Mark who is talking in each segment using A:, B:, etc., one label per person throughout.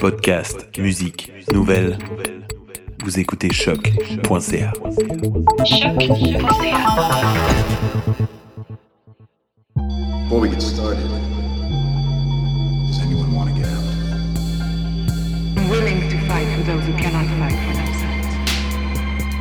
A: Podcast, musique, nouvelles. Vous écoutez choc.ca.
B: Before we get started, does anyone want to get out?
C: willing to fight for those who cannot fight for themselves.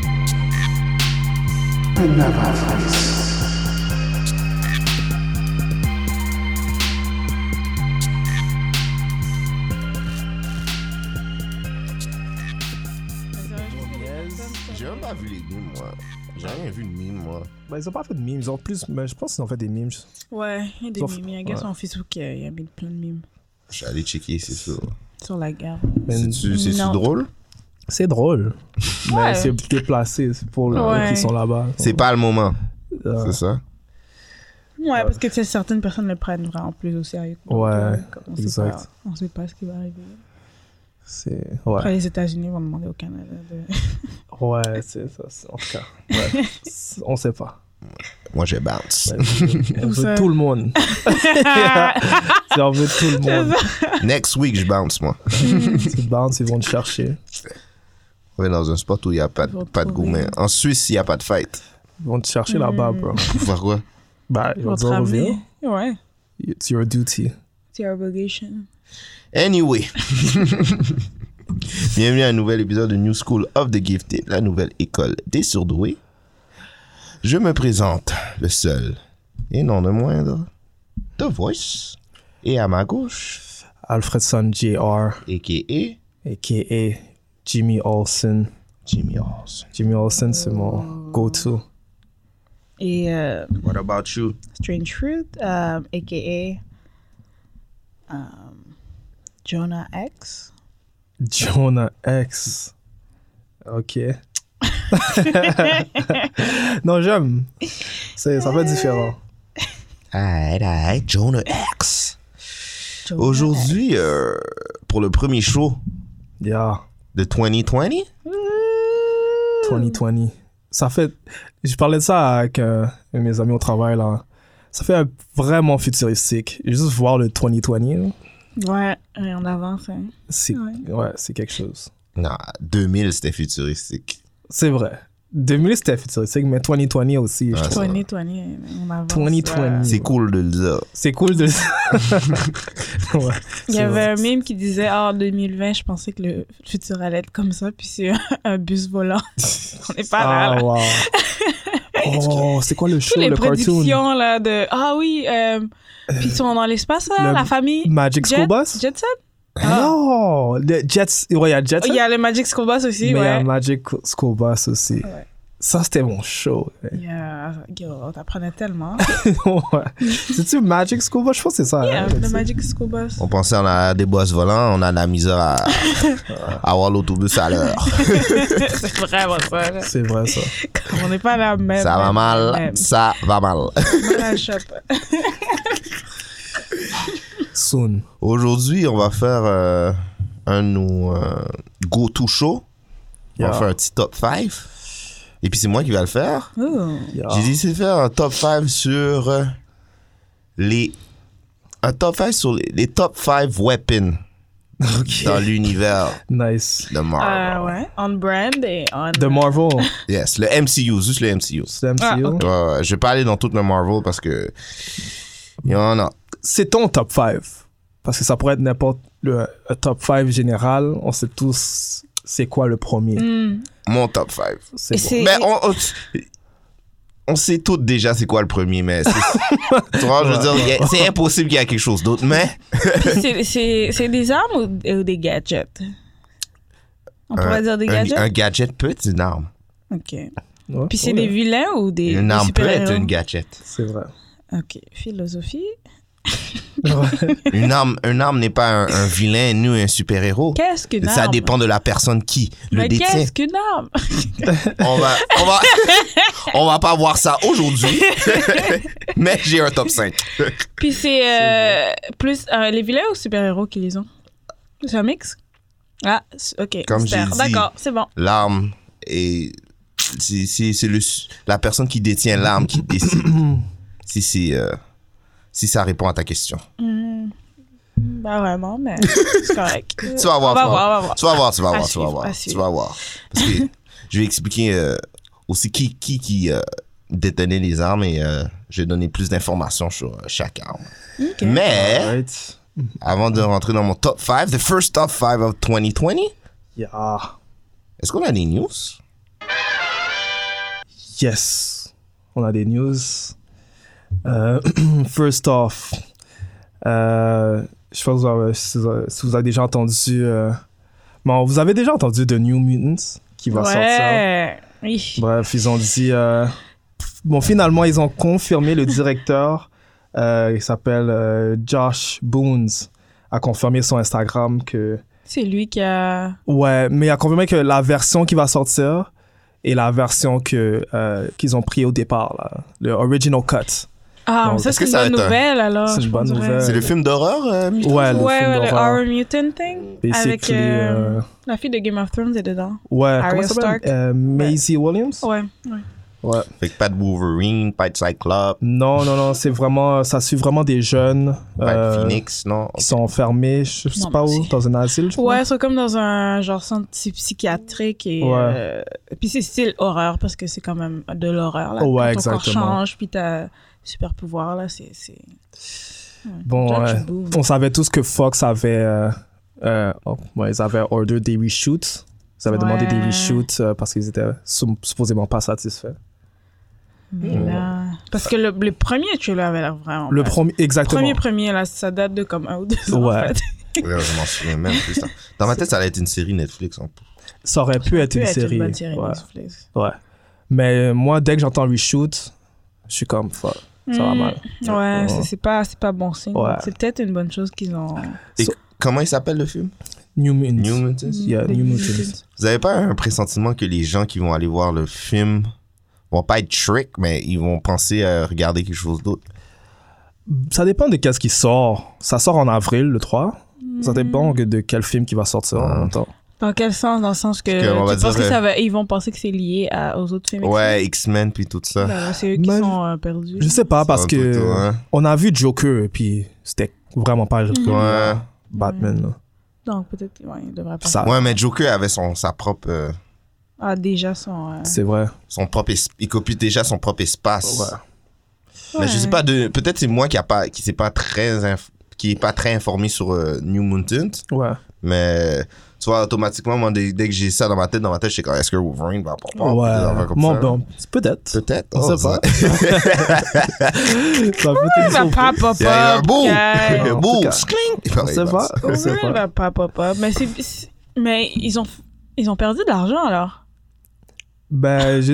D: J'ai même pas vu les mimes, moi. J'ai rien vu de mime, moi.
E: Ben, ils ont pas fait de mimes, ils ont plus. Mais je pense qu'ils ont fait des mimes.
F: Ouais, il y a des
E: Sauf-
F: mimes. I guess
E: ouais.
F: sur Facebook, euh, il y a mis plein de mimes
D: Je suis allé checker, c'est sûr.
F: sur la gare.
E: Mais
D: C'est-tu c'est-tu
F: Non.
D: drôle?
E: Ben, C'est drôle. Mais
F: Ouais.
E: c'est déplacé, c'est pour les
F: Ouais.
E: qui sont là-bas.
D: C'est pas le moment,
E: Euh,
D: c'est ça?
F: Ouais, parce que tu sais, certaines personnes le prennent vraiment plus au sérieux. que
E: Ouais,
F: d'autres, hein. comme on
E: exact.
F: Sait pas, on sait pas ce qui va arriver.
E: c'est. Ouais.
F: Après, les États-Unis vont demander au Canada de.
E: Ouais, c'est ça. c'est- En tout cas, ouais. C'est- on sait pas.
D: Moi, j'ai bounce.
E: Ouais, c'est- on
F: Ou
E: veut
F: ça.
E: tout le monde. Si on veut tout le monde.
D: Next week, je bounce, moi.
E: Tu te bounces, ils vont te chercher.
D: On va dans un spot où il n'y a pas, de-
F: Ils vont
D: pas de
F: trouver.
D: gourmet. En Suisse, il n'y a pas de fight.
E: Ils vont te chercher là-bas,
F: Hmm.
E: bro.
D: Pour faire quoi?
E: Bah, ils vont
F: Pour
E: te
F: te
E: dire,
F: ramener.
E: reviens.
F: Ouais.
E: It's your duty.
F: C'est your obligation.
D: Anyway. Bienvenue à un nouvel épisode de New School of the Gifted, la nouvelle école des surdoués. Je me présente, le seul et non le moindre, The Voice. Et à ma gauche,
E: Alfredson Jr.,
D: a.k.a.
E: a.k.a. Jimmy Olsen.
D: Jimmy Olsen.
E: Jimmy Olsen, c'est mon go-to.
F: Et euh,
D: What about you?
F: Strange Fruit, euh, a.k.a. euh, Jonah X.
E: Jonah X. Ok. non, j'aime. C'est- Ça fait différent.
D: Alright, alright, Jonah X.
F: Jonah
D: Aujourd'hui, euh, pour le premier show
E: Yeah,
D: de 2020,
E: 2020. Ça fait. Je parlais de ça avec euh, mes amis au travail, là. Ça fait euh, vraiment futuristique. Juste voir le 2020, là,
F: X. Ouais, ouais, on avance. Hein.
E: c'est
F: Ouais.
E: ouais, c'est quelque chose.
D: non, 2000, c'était futuristique.
E: C'est vrai. 2000, c'était futuristique, mais 2020 aussi. je
D: Ouais.
E: trouve.
F: 2020, on avance.
E: 2020.
F: ouais.
D: C'est cool de le dire.
E: C'est cool de. Ouais,
F: Il y
E: c'est
F: avait
E: vrai.
F: un meme qui disait Ah, en 2020, je pensais que le futur allait être comme ça, puis c'est un bus volant. On n'est pas là.
E: Ah,
F: là.
E: wow. Oh, c'est quoi le show,
F: Toutes les
E: le cartoon?
F: prédictions là, de Ah oui, euh, puis ils sont dans l'espace, là,
E: Le
F: la famille.
E: Magic
F: Jet-
E: School Bus?
F: Jetson Ah.
E: Non, le Jets, ouais, il y a Jets,
F: Oh, Il y a le Magic School Bus
E: mais
F: aussi,
E: il y a
F: ouais.
E: Magic School Bus aussi.
F: Ouais.
E: Ça, c'était mon show.
F: Il y a... Yo, on t'apprenait tellement.
E: ouais. C'est-tu Magic School Bus? Je pense que c'est ça.
F: Yeah,
E: hein,
F: le
E: c'est-
F: Magic School Bus.
D: On pensait on a des bosses volants, on a de la misère à à avoir l'autobus à l'heure.
F: c'est vraiment ça. là.
E: C'est vrai, ça.
F: Comme On n'est pas là même.
D: Ça va
F: même,
D: mal,
F: même.
D: ça va mal.
F: On la chope.
E: Soon.
D: Aujourd'hui, on va faire euh, un de nos euh, go-to show. On
E: Yeah.
D: va faire un petit top 5. Et puis c'est moi qui vais le faire.
F: Ooh.
E: Yeah.
D: J'ai décidé de faire un top 5 sur euh, les. Un top 5 sur les, les top 5 weapons dans l'univers
E: Nice.
D: de Marvel.
F: Ah ouais, on brand et on.
E: The Marvel,
D: Yes, le MCU, juste le MCU.
E: c'est MCU.
F: Ah, ok.
D: Ouais, ouais, je vais pas aller dans tout le Marvel parce que. Il y en a.
E: C'est ton top 5. Parce que ça pourrait être n'importe le un top 5 général. On sait tous c'est quoi le premier.
F: Hmm.
D: Mon top 5.
E: C'est bon.
F: C'est-
D: Mais on. on on sait toutes déjà c'est quoi le premier, mais c'est- tu vois, je veux dire, il y a- c'est impossible qu'il y ait quelque chose d'autre, mais
F: C'est- C'est c'est des armes ou, ou des gadgets? On pourrait dire des
D: Euh, un,
F: gadgets?
D: un gadget peut être une arme.
F: OK.
E: Ouais,
F: Puis c'est
E: ouais,
F: des vilains ou des,
D: Une
F: des
D: arme peut être
F: super-héros?
D: une gadget.
E: C'est vrai.
F: OK. Philosophie.
E: Ouais.
D: Une arme, une arme n'est pas un, un vilain ni un super-héros.
F: Qu'est-ce qu'une arme?
D: Ça dépend de la personne qui le
F: Mais
D: détient.
F: qu'est-ce qu'une arme?
D: On va, on va, on va pas voir ça aujourd'hui, mais j'ai un top 5.
F: Puis c'est euh, plus euh, les vilains ou super-héros qui les ont? C'est un mix? Ah, c- OK.
D: Comme
F: mystère.
D: j'ai dit.
F: D'accord, c'est bon.
D: L'arme et c'est c'est- c'est le su- la personne qui détient l'arme qui décide si c'est euh, si ça répond à ta question.
F: Hmm. Pas vraiment, mais c'est correct.
D: Tu vas voir,
F: On va
D: tu vas
F: voir,
D: voir. Tu
F: on va voir.
D: vas voir, tu vas
F: À
D: voir, tu vas voir.
F: suivre, à
D: Tu
F: suivre.
D: vas voir. Parce que je vais expliquer euh, aussi qui, qui, qui euh, détenait les armes et euh, je vais donner plus d'informations sur euh, chaque arme.
F: Ok.
D: Mais
E: Right.
D: avant de rentrer dans mon top 5, the first top 5 of 2020,
E: Yeah.
D: est-ce qu'on a des news?
E: Yes. On a des news. Euh, first off, euh, je pense que si vous avez, si vous avez déjà entendu. euh, bon, vous avez déjà entendu The New Mutants qui va sortir.
F: ouais. Oui.
E: Bref, ils ont dit. euh, bon, finalement, ils ont confirmé le directeur. euh, il s'appelle euh, Josh Boons. A confirmé sur Instagram que.
F: C'est lui qui a.
E: Ouais, mais il a confirmé que la version qui va sortir est la version que euh, qu'ils ont pris au départ, là, le original cut.
F: Ah,
E: Non,
F: mais ça,
D: est-ce
F: c'est
D: que
F: une
D: ça va
F: bonne
D: être un-
F: nouvelle alors.
E: C'est une
F: je
E: bonne
F: dirais.
E: nouvelle.
D: C'est le film d'horreur? euh, Mika?
E: Ouais, le
F: Ouais,
E: film
F: ouais, le
E: d'horreur.
F: Our Mutant thing.
E: Basically,
F: Avec euh,
E: euh,
F: la fille de Game of Thrones est dedans.
E: ouais,
F: Arya
E: comment ça s'appelle?
F: Stark.
E: Euh, Maisie Williams?
F: Ouais, ouais.
E: Ouais.
D: Fait que pas de Wolverine, pas de Cyclope,
E: Non, non, non, c'est vraiment, ça suit vraiment des jeunes
D: pas
E: euh,
D: de Phoenix, non?
E: qui sont enfermés, je sais
F: Non,
E: pas
F: mais
E: où,
F: c'est-
E: dans un asile, je crois.
F: Ouais, ils sont comme dans un genre centre psy- psychiatrique et
E: Ouais.
F: euh, puis c'est style horreur parce que c'est quand même de l'horreur là.
E: Ouais,
F: Ton corps
E: exactement.
F: change puis t'as super pouvoir là, c'est c'est
E: Bon,
F: Josh
E: ouais.
F: Boone.
E: on savait tous que Fox avait, euh, euh, oh, ouais, ils avaient order des reshoots. Ils avaient demandé des
F: Ouais.
E: reshoots euh, parce qu'ils étaient sou- supposément pas satisfaits.
F: Mais là- parce que le, le premier trailer avait l'air vraiment
E: Le
F: bon.
E: premier, exactement.
F: premier premier là, ça date de comme un ou deux ans
E: Ouais.
F: en fait.
D: Ouais, je m'en souviens même plus. Dans- Dans ma tête, ça allait être une série Netflix. en plus.
E: Ça aurait pu être
F: Ça
E: une
F: peut être
E: série.
F: bonne série
E: ouais.
F: Netflix.
E: ouais. Mais euh, moi, dès que j'entends reshoot, je suis comme, fuck, ça va
F: Mm.
E: mal.
F: Ouais, c'est- c'est pas c'est pas bon signe.
E: Ouais.
F: C'est peut-être une bonne chose qu'ils ont
D: Et
E: So-
D: comment il s'appelle le film?
E: New Mutants.
D: New Mutants?
E: Yeah,
F: des
E: New
F: mutants.
E: Mutants.
D: Vous avez pas un pressentiment que les gens qui vont aller voir le film vont pas être trick, mais ils vont penser à regarder quelque chose d'autre?
E: Ça dépend de qu'est-ce qui sort. Ça sort en avril, le 3. Ça
F: Hmm.
E: dépend que- de quel film qui va sortir en même temps.
F: Dans quel sens Dans le sens que,
D: Parce que, on va
F: tu penses
D: dire,
F: que
D: euh,
F: ça va, ils vont penser que c'est lié à, aux autres films
D: Ouais, X-Men puis tout ça.
F: Ben ouais, c'est eux qui
E: Mais-
F: sont euh, perdus.
E: Je sais pas, parce
D: va tout le
E: que
D: temps, hein.
E: on a vu Joker et puis c'était vraiment
F: Hmm.
E: pas
D: Ouais.
E: Batman. là.
F: Donc peut-être ouais, ils devraient pas.
E: Ça,
D: Ouais, mais Joker avait son, sa propre, euh,
F: Ah, déjà sont. euh,
E: c'est vrai.
D: son propre es- il copie déjà son propre espace.
E: Ouais.
D: Mais je sais
F: ouais.
D: pas, de, peut-être c'est moi qui a pas, qui s'est pas très, inf- qui est pas très informé sur euh, New Mountain,
E: Ouais.
D: mais tu vois, automatiquement, moi, dès, dès que j'ai ça dans ma tête, dans ma tête, je sais quand est-ce que Wolverine va pas pas- des affaires
E: ouais.
D: comme
E: Bon,
D: ça.
E: bon, peut-être.
D: Peut-être.
E: On
D: oh,
E: sait pas.
D: ça-
E: Ça peut être
F: Il va
E: une
F: pas pop
D: Il y a eu un
F: up.
D: boom!
F: guys.
D: Un
E: En tout
D: boom!
E: cas,
D: Scling! Il
E: On
D: paraît,
E: sait
D: bah,
E: pas. On sait
F: Il
E: pas.
F: va pas pop up. Mais c'est- c'est- mais ils ont ils ont perdu de l'argent alors.
E: Ben, je-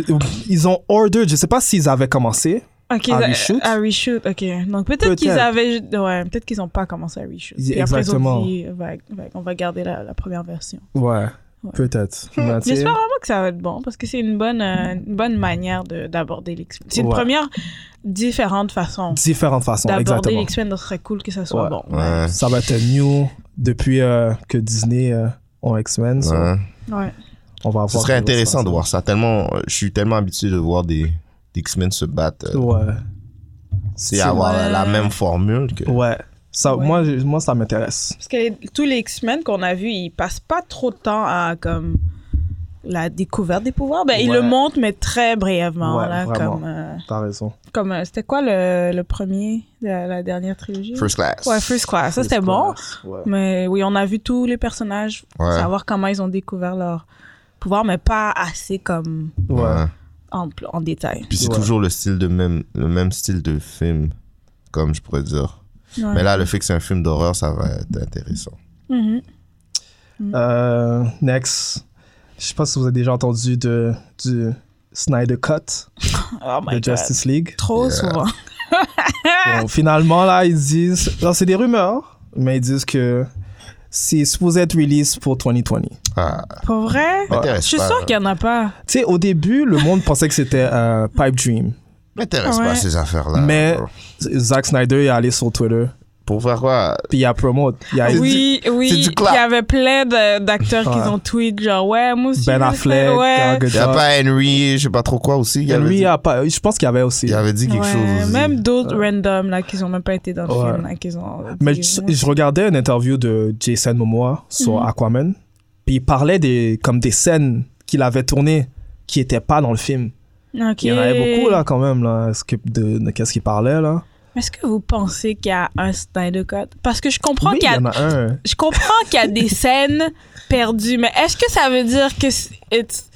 E: ils ont order. Je sais pas s'ils avaient commencé.
F: Ok.
E: À
F: ils a-
E: reshoot?
F: À reshoot. Ok. Donc peut-être
E: Peut-être.
F: qu'ils avaient ouais peut-être qu'ils ont pas commencé à reshoot.
E: Ils-
F: Puis après, ils ont
E: exactement.
F: dit, ouais, ouais, on va garder la, la première version.
E: Ouais.
F: Ouais. Hmm.
E: Peut-être. Mais tu sais-
F: J'espère hein. vraiment que ça va être bon parce que c'est une bonne euh, une bonne manière de- d'aborder l'X-Men. C'est une
E: Ouais.
F: première différente façon.
E: différentes façons,
F: d'aborder
E: exactement.
F: l'X-Men, donc ce serait cool que ça soit
E: Ouais.
F: bon.
D: Ouais.
E: Ça va être new depuis euh, que Disney euh, ont X-Men. so
D: Ouais.
F: Ouais.
E: On va
D: Ce
E: voir
D: serait
E: comment ça
D: intéressant
E: va
D: de
E: se
D: voir ça. Tellement, je suis tellement habitué de voir des, des X-Men se battre.
E: passer.
D: euh,
E: Ouais.
D: C'est avoir la, la même formule que.
E: Ouais. Ça,
F: Ouais.
E: Moi, je- moi, ça m'intéresse.
F: Parce que les- tous les X-Men qu'on a vus, ils passent pas trop de temps à comme la découverte des pouvoirs. Ben, ils
E: Ouais.
F: le montrent, mais très brièvement.
E: Ouais,
F: là,
E: vraiment.
F: comme, euh,
E: T'as raison.
F: comme euh, c'était quoi le, le premier de la, la dernière trilogie
D: First class.
F: Ouais, First Class. Ça, c'était bon.
E: Ouais.
F: Mais oui, on a vu tous les personnages,
D: Ouais.
F: savoir comment ils ont découvert leur pouvoir, mais pas assez comme
E: Ouais.
D: Ouais.
F: ample, en détail.
D: Puis c'est
E: Ouais.
D: toujours le style de même, le même style de film, comme je pourrais dire.
F: Ouais.
D: Mais là, le fait que c'est un film d'horreur, ça va être intéressant.
F: Mhm. Hmm.
E: Euh, next. Je sais pas si vous avez déjà entendu de, du Snyder Cut
F: Oh my
E: de
F: God.
E: Justice League.
F: Trop
D: Yeah.
F: souvent.
E: Bon, finalement, là, ils disent. Non, c'est des rumeurs, mais ils disent que c'est supposé être release pour 2020.
D: Ah,
F: Pour vrai? Je
D: m'intéresse
F: suis
D: pas.
F: sûre qu'il y en a pas.
E: Tu sais, au début, le monde pensait que c'était euh, Pipe Dream.
D: M'intéresse
F: Ouais.
D: pas ces affaires-là.
E: Mais
D: bro.
E: Zack Snyder est allé sur Twitter
D: Pour faire quoi
E: Puis il y a promote. Il y a
F: Oui, oui.
D: c'est du
F: puis
D: clap.
F: Il y avait plein de- d'acteurs
E: Ouais.
F: qui ont tweet, genre, ouais, moi aussi. je
E: Ben
F: veux
E: Affleck,
F: faire-
E: Gal
F: ouais.
E: Gadot.
D: Il y a pas Henry, je sais pas trop quoi aussi. Il avait,
E: Lui, il
D: dit,
E: y a pas. Je pense qu'il y avait aussi.
D: il avait dit quelque
F: Ouais,
D: chose. aussi.
F: Même d'autres random, là, qui n'ont même pas été dans le
E: Ouais.
F: film, là, qu'ils ont.
E: Mais
F: dit,
E: je,
F: ouais.
E: je regardais une interview de Jason Momoa sur
F: Mhm.
E: Aquaman, puis il parlait des, comme des scènes qu'il avait tournées qui n'étaient pas dans le film.
F: Ok.
E: Il y en avait beaucoup là quand même, là, ce que- de, de qu'est-ce qu'il parlait là.
F: Mais Est-ce que vous pensez qu'il y a un Snyder Cut? Parce que je comprends
E: Oui,
F: qu'il y a.
E: en a un.
F: Je comprends qu'il y a des scènes perdues, mais est-ce que ça veut dire que c'est- it's-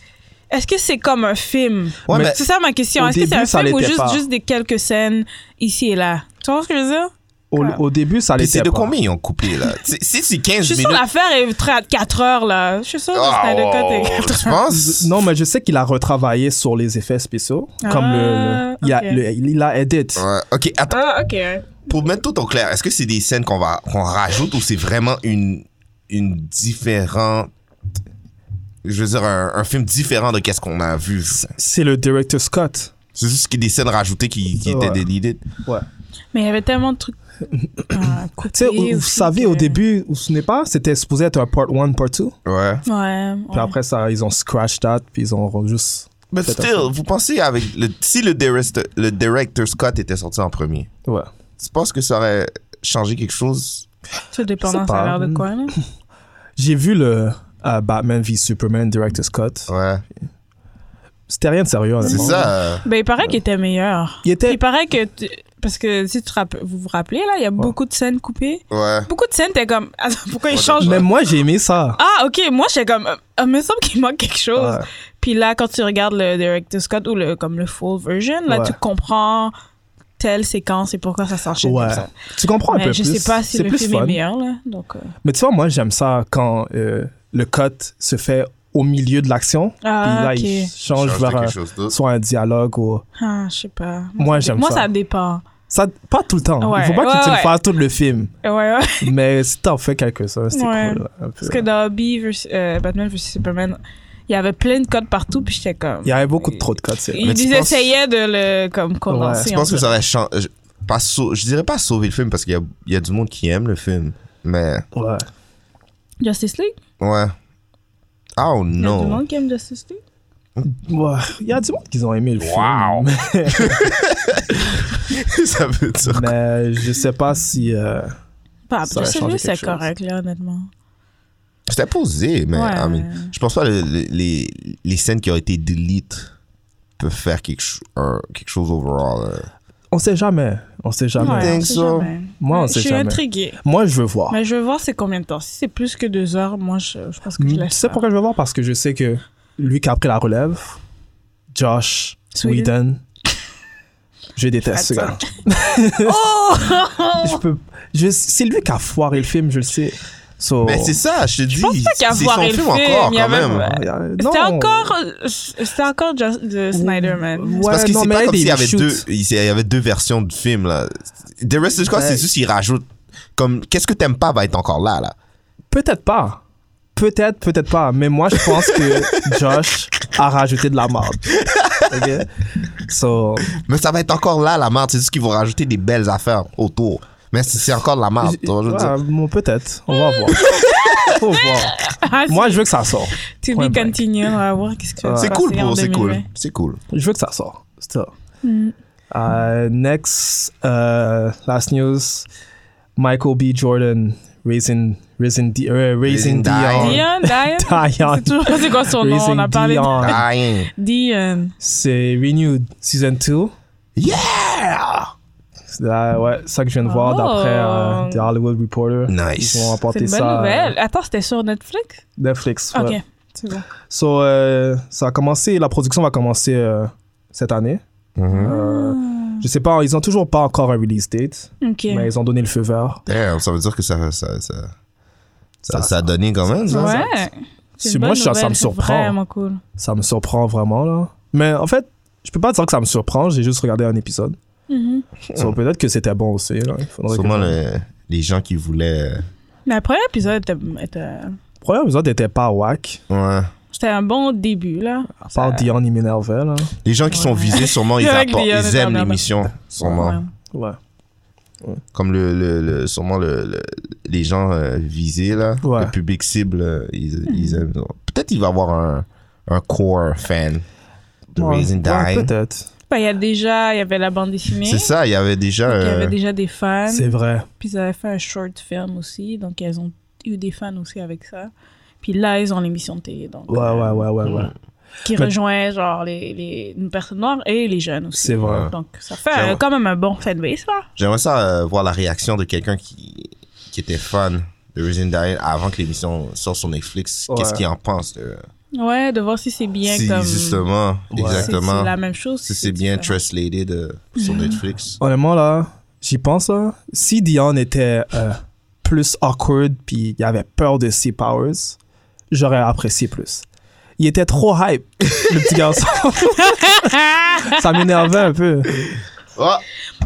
F: est-ce que c'est comme un film?
D: Ouais, mais-
F: c'est ça ma question.
E: Au
F: Est-ce que c'est
E: début,
F: un
E: ça
F: film ou
E: l'était
F: juste,
E: pas.
F: juste des quelques scènes ici et là? Tu vois ce que je veux dire?
E: Au,
F: Ah.
E: au début, ça
D: Puis
E: l'était
D: c'est de
E: pas.
D: combien ils ont coupé là C'est- Si c'est 15
F: Je suis
D: minutes.
F: sûr l'affaire est 4 heures là. Je suis sûr que
D: Ah,
F: le Snyder Cut
D: oh,
F: est 4
D: tu
F: heures.
D: penses
E: Non, mais je sais qu'il a retravaillé sur les effets spéciaux,
F: Ah,
E: comme le, le- il, a,
F: ok.
E: le- il a edit.
D: Ouais, ok, attends.
F: Ah, ok.
D: Pour mettre tout au clair, est-ce que c'est des scènes qu'on va qu'on rajoute ou c'est vraiment une une différente je veux dire un, un film différent de qu'est-ce qu'on a vu
E: C'est le director Scott.
D: C'est juste qu'il y a des scènes rajoutées qui, qui
E: Ouais.
D: étaient deleted.
E: Ouais.
F: Mais il y avait tellement de trucs. à couper
E: Tu sais, vous- vous
F: aussi
E: savez,
F: que-
E: au début, vous vous souvenez pas, c'était supposé être un part 1, part 2. Puis
D: Ouais.
F: Ouais. ouais.
E: après ça, ils ont scratch that, puis ils ont re- juste.
D: Mais
E: Tout à
D: still, vous pensez avec le, si le director, le director Scott était sorti en premier,
E: Ouais.
D: tu penses que ça aurait changé quelque chose
F: Tout dépendant,
E: C'est
F: ça a
E: pas-
F: l'air de quoi, là.
E: J'ai vu le euh, Batman v Superman Director Scott.
D: Ouais.
E: C'était rien de sérieux.
D: C'est
E: honnêtement.
D: ça. euh,
F: Ben, il paraît qu'il était meilleur.
E: Il était-
F: Il paraît que. tu- Parce que si tu te rappe- vous vous rappelez, là, il y a beaucoup de scènes coupées.
D: Ouais.
F: Beaucoup de scènes, t'es comme. Attends, pourquoi il change
E: Mais moi, j'ai aimé ça.
F: Ah, ok, moi, j'étais comme. euh, euh, me semble qu'il manque quelque chose.
E: Ouais.
F: Puis là, quand tu regardes le Director Scott ou le, comme le full version, là,
E: Ouais.
F: tu comprends telle séquence et pourquoi ça s'enchaîne
E: Ouais.
F: comme ça.
E: Tu comprends un
F: Mais
E: peu
F: je
E: plus.
F: sais pas si
E: C'est
F: le
E: plus
F: film
E: fun.
F: est meilleur, là. Donc, euh,
E: Mais tu vois, moi, j'aime ça quand euh, le cut se fait au milieu de l'action. puis
F: Ah,
E: là,
F: ok.
E: il change
D: Change de
E: vers
D: quelque
E: un-
D: chose d'autre.
E: soit un dialogue ou.
F: Ah, je sais pas.
E: Moi, j'aime
F: Moi,
E: ça.
F: ça dépend.
E: Ça, pas tout le temps. Il
F: Ouais,
E: faut pas
F: ouais,
E: que tu le
F: ouais.
E: fasses tout le film.
F: Ouais, ouais.
E: Mais si t'en fais quelques-uns, c'est
F: Ouais.
E: cool. un peu.
F: Parce que dans Bee versus- euh, Batman vs Superman, il y avait plein de codes partout, puis j'étais comme.
E: Il y avait beaucoup de trop de cuts. c'est vrai.
D: Mais
F: Ils
D: tu
F: ils
D: penses-
F: essayaient de le comme condenser.
E: Ouais.
D: Je
F: un
D: pense que
F: peu.
D: ça aurait changé. Je, pas sau- je dirais pas sauver le film parce qu'il y a, il y a du monde qui aime le film. Mais
E: Ouais.
F: Justice League
D: ouais. Oh
F: Il y a du
D: non.
F: monde qui aime Justice League
E: Ouais. Il y a du monde qui ont aimé le
D: Wow.
E: film.
D: ça veut dire.
E: Mais je sais pas si. euh,
F: Pas
E: Ça aurait
F: Justice
E: changé
F: League, c'est
E: quelque chose.
F: correct, là, honnêtement.
D: C'était posé, mais
F: Ouais.
D: I mean, je pense pas le- le- les, les scènes qui ont été delete peuvent faire quelque, cho- un- quelque chose overall. euh.
E: On sait jamais. On sait jamais.
F: Ouais, on
D: think
F: sait
D: so.
F: jamais.
E: Moi, on
F: Je
E: sait
F: suis
E: jamais.
F: intriguée.
E: Moi, je veux voir.
F: Mais je veux voir c'est combien de temps. Si c'est plus que deux heures, moi, je, je pense que je
E: Hmm. Tu
F: laisse.
E: sais
F: ça.
E: pourquoi je veux voir Parce que je sais que lui qui a pris la relève, Josh
F: Sweden.
E: Sweden, je déteste ce gars.
F: Attends. Oh
E: Je peux. je- C'est lui qui a foiré le film, je le sais. So-
D: Mais c'est ça, je te dis.
F: Oh. pense pas
D: c'est
F: qu'à
D: son
F: voir
D: film,
F: le film,
D: encore
F: il y
D: quand
F: avait-
D: même.
E: Il euh, y a- non.
F: C'était encore, c'était encore Just, de Snyder Man.
E: Ouais,
D: Parce que
E: non,
D: c'est
E: mais
D: pas
E: hey,
D: comme s'il y
E: baby,
D: avait
E: shoot.
D: deux, il s'il y avait deux versions du film là. The Rest of Scott,
E: Ouais.
D: c'est juste qu'il rajoute comme qu'est-ce que t'aimes pas va être encore là là.
E: Peut-être pas. Peut-être, peut-être pas. Mais moi, je pense que Josh a rajouté de la merde. Ok? So,
D: Mais ça va être encore là la merde, c'est juste qu'ils vont rajouter des belles affaires autour. Mais c'est c'est encore de la merde, tu vois, je veux dire.
E: ouais, bon, peut-être. On va voir. Faut voir.
F: Ah,
E: Moi, je veux que ça sorte.
F: to
E: point
F: be
E: blank.
F: continued, on va voir qu'est-ce que ça va
D: C'est
F: se
D: cool
F: passer en
D: pour c'est cool.
F: 2020.
D: C'est cool.
E: Je veux que ça sorte. C'est ça.
F: Mm.
E: Euh, next, euh, last news. Michael B. Jordan, Raising, raising, Di- euh,
D: Raising
E: raising
D: Dion.
E: Dion.
F: Dion, Dion.
E: Dion.
F: C'est toujours, c'est quoi son nom? On a
E: Raising
F: parlé de
E: Dion.
D: Dying.
F: Dion.
E: C'est Renewed Season 2.
D: Yeah!
E: C'est là, ouais, ça que je viens de voir
F: Oh.
E: d'après euh, The Hollywood Reporter.
D: Nice.
E: Ils ont
F: C'est
E: apporté
F: une bonne
E: ça à
F: nouvelle. Attends, c'était sur Netflix?
E: Netflix. ouais.
F: Ok, c'est bon.
E: So, euh, ça a commencé, la production va commencer euh, cette année.
D: Mhm.
E: Euh, je sais pas, ils ont toujours pas encore un release date,
F: Ok.
E: mais ils ont donné le feu vert.
D: Damn, ça veut dire que ça ça ça ça,
E: Ça-
D: ça a donné quand même ça. ça.
F: Ouais. C'est
E: Si
F: une
E: moi,
F: bonne
E: je- ça
F: nouvelle,
E: me
F: c'est
E: surprend.
F: Vraiment cool.
E: Ça me surprend vraiment, là. Mais en fait, je peux pas dire que ça me surprend, j'ai juste regardé un épisode.
F: Mhm.
E: So, peut-être que c'était bon aussi, là. Il faudrait
D: Sûrement
E: que...
D: le- les gens qui voulaient euh,
F: Mais le premier épisode était, était-
E: Le premier épisode était pas whack,
D: ouais.
F: c'était un bon début, là.
E: à part Dion et Minerva, là.
D: Les gens qui sont visés, sûrement ils,
F: Avec
D: apportent-
F: Dion,
D: ils aiment
F: étonnamment.
D: l'émission, sûrement.
F: Ouais.
E: Ouais.
D: Comme le, le- le- sûrement le, le- les gens euh, visés, là,
E: Ouais.
D: le public cible, euh, ils, ils aiment. Peut-être il va avoir un, un core fan de
E: Ouais,
D: Raising
E: ouais,
D: Dine.
E: Peut-être.
F: Bah, il y a déjà, il y avait la bande dessinée.
D: C'est ça, il y avait déjà.
F: Donc, il y
D: euh,
F: avait déjà des fans.
E: C'est vrai.
F: Puis ils avaient fait un short film aussi. Donc elles ont eu des fans aussi avec ça. Puis là, ils ont l'émission de télé. Donc,
E: Ouais,
F: euh,
E: ouais, ouais, ouais, ouais.
D: Mm.
F: Qui
E: Mais-
F: rejoint genre les, les une personne noire et les jeunes aussi.
E: C'est vrai.
F: Donc ça fait
D: J'avoue.
F: euh, quand même un bon fanbase là.
D: J'aimerais ça euh, voir la réaction de quelqu'un qui, qui était fan de Raising Dine avant que l'émission sorte sur Netflix.
E: Ouais.
D: Qu'est-ce qu'il en pense de...
F: Ouais, de voir si c'est bien
D: Si,
F: comme.
D: justement,
F: C'est,
D: exactement.
F: c'est la même chose.
D: Si c'est bien
F: différent. Mm-hmm.
D: translated euh, sur Netflix.
E: Honnêtement, là, j'y pense, là. Si Dion était euh, plus awkward puis il avait peur de ses powers, j'aurais apprécié plus. Il était trop hype, le petit garçon. ça m'énervait un peu.
D: Oh,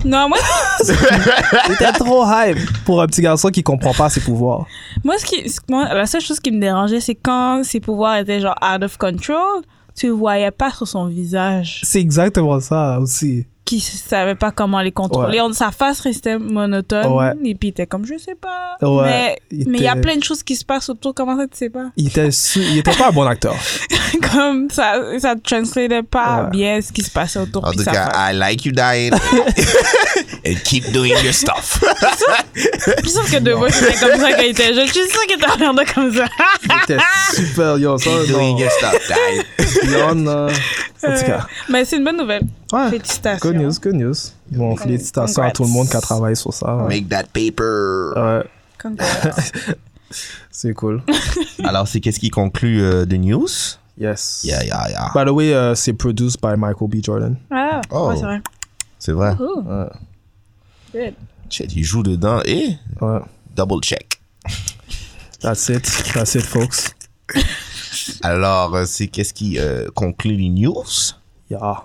F: Non, moi,
E: Il était trop hype pour un petit garçon qui comprend pas ses pouvoirs.
F: moi, ce qui, ce- moi, la seule chose qui me dérangeait, c'est quand ses pouvoirs étaient genre out of control, tu le voyais pas sur son visage.
E: C'est exactement ça aussi.
F: qui savait pas comment les contrôler. On, sa face restait monotone.
E: Ouais.
F: Et puis, il était comme, je sais pas.
E: Ouais,
F: mais mais
E: il
F: il y a
E: était-
F: plein de choses qui se passent autour. Comment ça, tu sais pas?
E: Il était, sou- il était pas un bon acteur.
F: comme ça, ça translatait pas
E: Ouais.
F: bien ce qui se passait autour.
D: en
F: puis
D: tout
F: sa face.
D: cas, ah. I like you dying. And keep doing your stuff.
F: Je suis sûre que De Voice était comme ça quand il était jeune. Je suis sûre qu'il était regardé comme ça.
E: Il était super, yo, ça,
D: keep
E: non.
D: doing your stuff, dying.
E: Dion, euh, en tout cas.
F: mais c'est une bonne nouvelle.
E: Ouais.
F: Félicitations.
E: Good news, good news. Bon,
F: Congrats.
E: félicitations à tout le monde qui a travaillé sur ça. ouais.
D: Make that paper.
F: Euh.
E: Ouais,
F: Congrats.
E: c'est cool.
D: Alors, c'est qu'est-ce qui conclut euh, The News?
E: Yes.
D: Yeah, yeah, yeah.
F: Bah.
E: By the way, euh, c'est produced by Michael B. Jordan.
F: Ah,
D: Oh.
F: ouais, c'est vrai.
D: C'est vrai.
F: Ouh.
E: Ouais.
F: Good.
D: Shit, il joue dedans et
E: Ouais.
D: double check.
E: That's it. That's it, folks.
D: Alors, euh, c'est qu'est-ce qui euh, conclut les news?
E: Yeah.